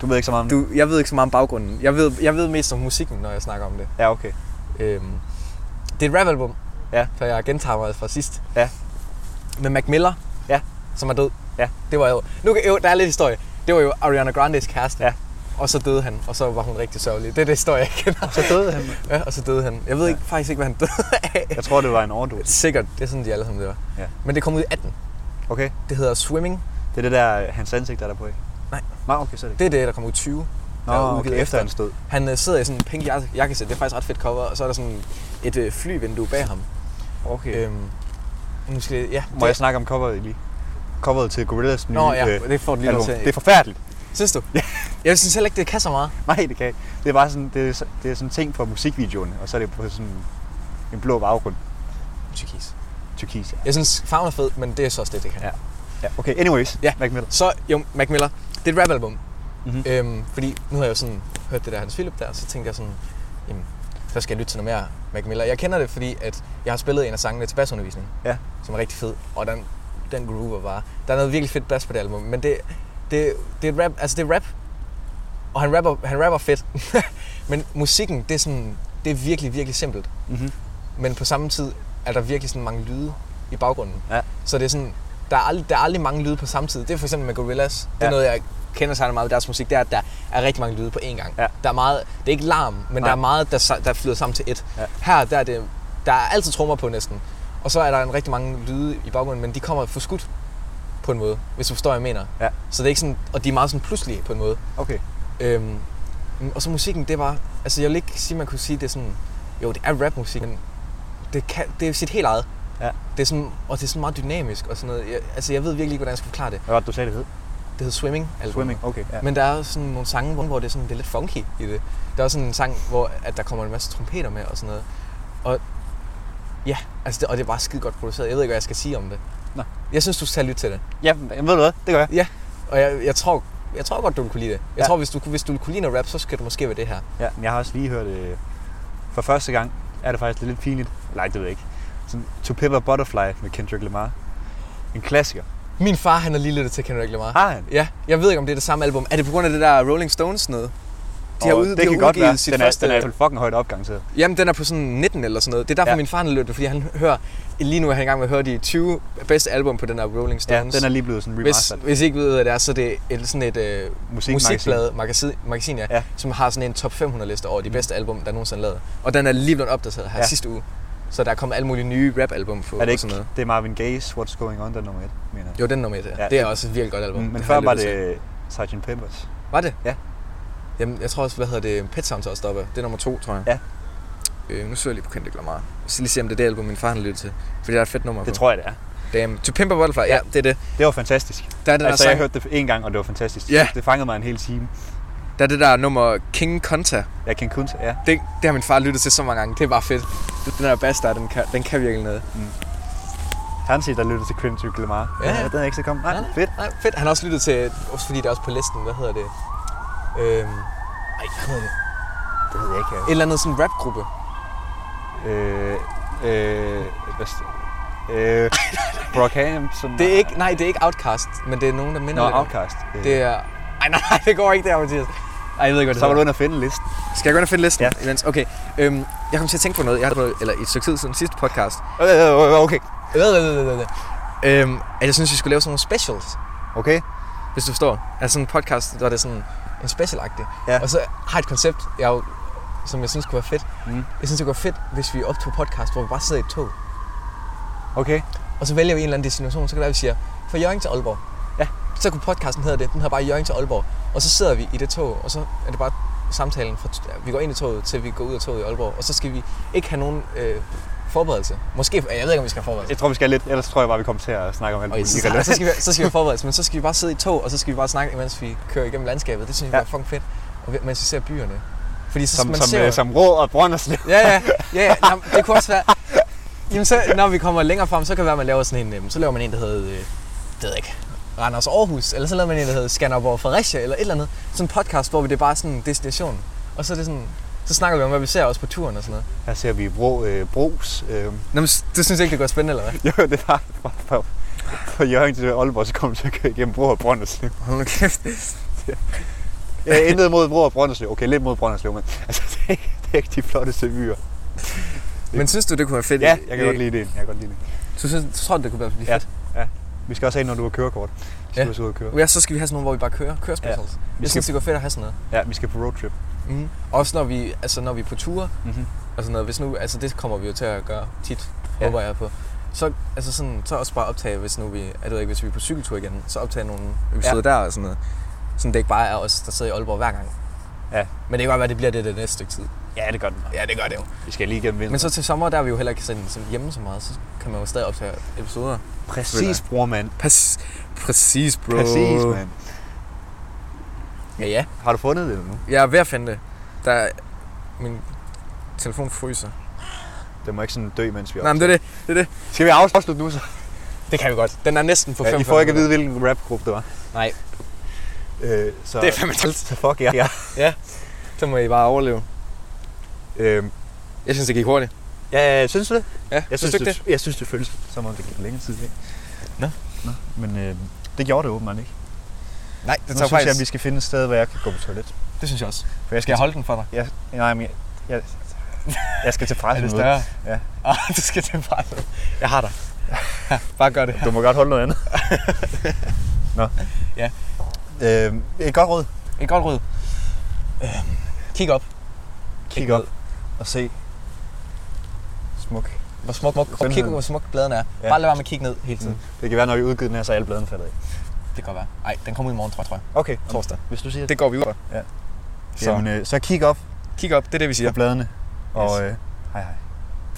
Du ved ikke så meget om
du, jeg ved ikke så meget om baggrunden. Jeg ved, jeg ved mest om musikken, når jeg snakker om det.
Ja, okay.
Øhm, det er et rapalbum,
Ja.
så jeg gentager mig fra sidst.
Ja.
Med Mac Miller,
Ja.
som er død.
Ja.
Det var jo, nu, kan- jo, der er lidt historie. Det var jo Ariana Grandes kæreste.
Ja.
Og så døde han, og så var hun rigtig sørgelig. Det er det historie, jeg kender.
Så døde han.
Ja, og så døde han. Jeg ved ikke, faktisk ikke, hvad han døde af.
Jeg tror, det var en overdosis.
Sikkert, det er sådan, de alle sammen dør.
Ja.
Men det kom ud i 18.
Okay.
Det hedder Swimming.
Det er det der, øh, hans ansigt der er der på i?
Nej.
Nej, okay, så er det ikke.
Det er det, der kom ud i 20.
Nå,
der er udgivet efter.
okay, efter hans død.
Han øh, sidder i sådan en pink jak- jakkesæt. Det er faktisk ret fedt cover. Og så er der sådan et øh, flyvindue bag ham.
Okay.
Øhm, Nu skal jeg, ja,
Må
det,
jeg snakke om coveret lige? Coveret til Gorillaz nye
Nå ja,
øh,
det får du lige lov
album.
til.
Det er forfærdeligt.
Synes du? jeg synes heller ikke, det kan så meget.
Nej, det kan jeg ikke. Det er bare sådan, det er, så- det er sådan en ting for musikvideoen, og så er det på sådan en blå baggrund.
Tyrkis.
Tyrkis, ja.
Jeg synes, farven er fed, men det er så også det, det kan.
Ja. ja. Okay, anyways.
Ja.
Mac Miller.
Så, jo, Mac Miller, det er et rap-album.
Mhm.
Øhm, fordi nu har jeg jo sådan hørt det der Hans Philip der, så tænkte jeg sådan, jamen, så skal jeg lytte til noget mere Mac Miller. Jeg kender det, fordi at jeg har spillet en af sangene til bassundervisning,
Ja.
som er rigtig fed, og den, den groover bare. Der er noget virkelig fedt bass på det album, men det, det, det er et rap, altså det er rap, og han rapper, han rapper fedt. men musikken, det er sådan, det er virkelig, virkelig simpelt.
Mm-hmm.
men på samme tid er der virkelig sådan mange lyde i baggrunden.
Ja.
Så det er sådan, der er, aldrig, der er aldrig mange lyde på samme tid. Det er for eksempel med Gorillaz. Det er
Ja.
noget, jeg kender sig meget ved deres musik, det er, at der er rigtig mange lyde på én gang.
Ja.
Der er meget, det er ikke larm, men
Nej.
der er meget, der, sa- der flyder sammen til ét.
Ja.
Her, der er, det, der er altid trommer på næsten. Og så er der en rigtig mange lyde i baggrunden, men de kommer forskudt på en måde, hvis du forstår, hvad jeg mener.
Ja.
Så det er ikke sådan, og de er meget sådan pludselige på en måde.
Okay.
Øhm, og så musikken, det var... Altså, jeg vil ikke sige, man kunne sige, det er sådan... Jo, det er rapmusik, men det, kan, det er sit helt eget.
Ja.
Det er sådan, og det er sådan meget dynamisk og sådan noget. Jeg, altså, jeg ved virkelig ikke, hvordan jeg skal forklare det.
Hvad var det, du sagde, det hed?
Det hedder Swimming. albumet.
Swimming. Okay, ja.
Altså, Men der er sådan nogle sange, hvor- hvor det er, sådan, det er lidt funky i det. Der er også sådan en sang, hvor at der kommer en masse trompeter med og sådan noget. Og ja, altså det, og det er bare skide godt produceret. Jeg ved ikke, hvad jeg skal sige om det.
Nå.
Jeg synes, du skal tage og lytte til det.
Ja, men ved du hvad? Det gør jeg.
Og jeg, jeg, tror, jeg tror godt, du vil kunne lide det. Jeg
Ja.
tror, hvis du, hvis du kunne lide noget rap, så skal du måske være det her.
Ja, men jeg har også lige hørt, øh, for første gang er det faktisk lidt pinligt. Nej, det ved jeg ikke. Sådan, to Pimp a Butterfly med Kendrick Lamar. En klassiker.
Min far, han har lige lyttet til Kendrick Lamar.
Har han?
Ja, jeg ved ikke, om det er det samme album. Er det på grund af det der Rolling Stones noget? De har,
Og
ude,
det
de
kan
har
godt
udgivet
være.
sit
Den er,
første...
den er i fucking højt opgangshæde.
Jamen, den er på sådan 19 eller sådan noget. Det er derfor,
Ja.
min far har lyttet, fordi han hører... Lige nu er han i gang med at høre de 20 bedste album på den der Rolling
Ja,
Stones.
den er lige blevet sådan
hvis,
remasteret.
hvis I ikke ved, hvad det er, så er det et, sådan et øh,
Musikmagasin.
musikblad, magasin, magasin ja,
Ja. Mm.
ja. som har sådan en top 500 liste over de bedste album, der nogensinde er lavet. Og den er lige blevet opdateret her
Ja.
ja. sidste uge. Så der er kommet alle mulige nye rap-album på
Er det
og sådan
ikke?
noget.
Det er Marvin Gaye's What's Going On, der er nummer et, mener jeg.
Jo, den er nummer et, ja.
Ja.
ja. Det er også et virkelig godt album.
Men
Det
før
har jeg
var
lyttet til.
det Sgt. Peppers.
Var det?
Ja.
Jamen, jeg tror også, hvad hedder det, Pet Sounds er også deroppe. Det er nummer to, tror jeg.
Ja.
Øh, nu søger jeg lige på Kendrick Lamar. Jeg skal lige se, om det er det album, min far har lyttet til. Fordi der er et fedt nummer
Det
på.
tror jeg, det er.
Damn. To Pimp a Butterfly, ja. ja, det er det.
Det var fantastisk.
Der er det
Altså,
der,
jeg
sang,
hørte det en gang, og det var fantastisk.
Ja.
Det fangede mig en hel time.
der er det der nummer King Conta.
Jeg kan kun... Ja.
Det, det har min far lyttet til så mange gange. Det er bare fedt. Den der bass der, den kan, den kan virkelig noget.
Han siger, der lyttede til Kendrick Lamar.
Ja.
den er ikke så kommet. Nej, fedt.
Nej, fedt. Han har også lyttet til, også fordi det er også på listen, hvad hedder det? Øhm, ej, hvad hedder det?
Det ved jeg ikke.
Et eller andet sådan rapgruppe.
Øh, øh, hvad st- øh, Brockhampton.
Det er ikke, nej, det er ikke Outcast, men det er nogen, der minder
Nå,
lidt om-
Outcast. Øh,
Det er... Ej, nej, nej, det går ikke der, Mathias. Ej, jeg ved ikke, hvad det
så var du
hedder.
inde og finde listen.
Skal jeg gå ind og finde listen?
Ja.
Imens? Okay. Øhm, jeg kom til at tænke på noget. Jeg har noget, eller i et stykke tid siden sidste podcast.
Øh, øh, øh, Okay.
Øh, øh, øh, øh, øh. Øhm, at jeg synes, vi skulle lave sådan nogle specials,
Okay.
hvis du forstår. Altså sådan en podcast, hvor det er sådan en special -agtig.
Ja.
Og så har jeg et koncept, jeg jo, som jeg synes kunne være fedt.
Mm.
Jeg synes, det kunne være fedt, hvis vi optog podcast, hvor vi bare sidder i et tog.
Okay.
Og så vælger vi en eller anden destination, så kan det være, at vi siger, fra Jørgen til Aalborg.
Ja.
Så kunne podcasten hedde det, den hedder bare Jørgen til Aalborg. Og så sidder vi i det tog, og så er det bare samtalen fra, vi går ind i toget, til vi går ud af toget i Aalborg. Og så skal vi ikke have nogen øh, forberedelse. Måske, jeg ved ikke, om vi skal have forberedelse.
Jeg tror, vi skal lidt. Ellers tror jeg bare, vi kommer til at snakke om alt
Og i-
muligt.
så, så, skal vi, så skal vi have forberedelse, men så skal vi bare sidde i tog, og så skal vi bare snakke, mens vi kører igennem landskabet. Det synes jeg
Ja.
ja. er fucking fedt. Og vi- mens vi ser byerne. Fordi så,
Som,
man
som,
ser,
øh, som rå og brønderslev.
Ja, ja, ja, ja. Nå, men det kunne også være... Jamen, så, når vi kommer længere frem, så kan det være, at man laver sådan en... øhm, Så laver man en, der hedder... Øh, det ved jeg ikke. Randers Aarhus. Eller så laver man en, der hedder Skanderborg Fredericia. Eller et eller andet. Sådan en podcast, hvor vi det er bare sådan en destination. Og så er det sådan... Så snakker vi om, hvad vi ser også på turen og sådan noget.
Her ser vi bro, øh, bros. Øh,
Nå, men s- du synes ikke, det går spændende, eller hvad?
Jo, det var fra, fra, fra Jørgen til Aalborg, så kom vi til at køre igennem Bro og Brønderslev.
Hold nu kæft.
Jeg intet Øh, mod Bro og Brønderslev. Okay, lidt mod Brønderslev, men altså, det, er ikke- det er ikke de flotteste byer.
Men synes du, det kunne være fedt?
Ja, jeg kan godt lide det. Jeg kan godt lide det.
Du, synes, du tror, det kunne være fedt?
Ja. Vi skal også have, en, når du har kørekort. Vi skal
Ja.
også ud og køre.
Ja, så skal vi have sådan nogle, hvor vi bare kører. Kører specials. Ja.
Vi
Jeg
skal,
synes, det kunne være fedt at have sådan noget.
ja, vi skal på roadtrip.
Mm. Også når vi, altså, når vi er på ture,
Mm-hmm.
og sådan noget. Hvis nu, altså det kommer vi jo til at gøre tit, ja.
Ja.
håber jeg på. Så, altså sådan, så også bare optage, hvis nu vi, jeg ved ikke, hvis vi er på cykeltur igen, så optage nogle episoder ja. der og sådan noget. Sådan det ikke bare er os, der sidder i Aalborg hver gang.
Ja.
Men det kan godt være, det bliver det det næste stykke tid.
Ja, det gør den. nok.
Ja, det gør det jo.
Vi skal lige igennem vinteren.
Men så til sommer, der er vi jo heller ikke sådan, sådan hjemme så meget, så kan man jo stadig optage episoder.
præcis, bror mand.
Præcis, præcis bro.
Præcis, mand.
Ja, ja.
Har du fundet det nu?
Jeg er ved at finde det. Der er, min telefon fryser.
Det må ikke sådan dø, mens vi
Nej, men det er det. Det, er det.
optager. Skal vi afslutte nu så?
det kan vi godt. Den er næsten på
Ja,
5
I får ikke at vide, hvilken rapgruppe det var.
Nej,
Øh, så,
det er fandme træls.
så fuck jer. Ja.
Så må I bare overleve.
Øhm,
Jeg synes, det gik hurtigt.
ja, ja, synes du det?
Ja,
Jeg synes,
du ikke
det, jeg synes, det føles som om det gik længere tid. Ikke?
Nå.
Nå. Men øh, det gjorde det åbenbart ikke.
Nej,
Nu
det tager
synes
faktisk...
jeg, vi skal finde et sted, hvor jeg kan gå på toilet.
Det synes jeg også. Altså,
For jeg
Skal jeg holde den for dig?
Jeg, nej, men jeg, jeg, jeg skal til
Er
pressen
det
ud.
større?
Ja.
Ah, du skal til bare Jeg har dig. Ja, bare gør det.
Du må godt holde noget andet. Nå.
Ja.
Øhm, et godt råd.
Et godt råd. Øhm, Kig op.
Kig
Ikke
op og se. Smuk.
Hvor smuk, smuk, og kig,
Sundheden.
hvor smuk bladen er.
Ja.
Bare lad være med at kigge ned hele tiden.
Mm. Det kan være, når vi udgiver den her, så er alle bladene faldet af.
Det kan godt være. Nej, den kommer ud i morgen, tror jeg. Tror jeg.
Okay,
Torsdag.
hvis du siger det.
Det går vi ud af.
Ja.
Så
Jamen, øh, så kig op
kig op, det er det, vi
på
siger.
bladene. Og øh, hej hej.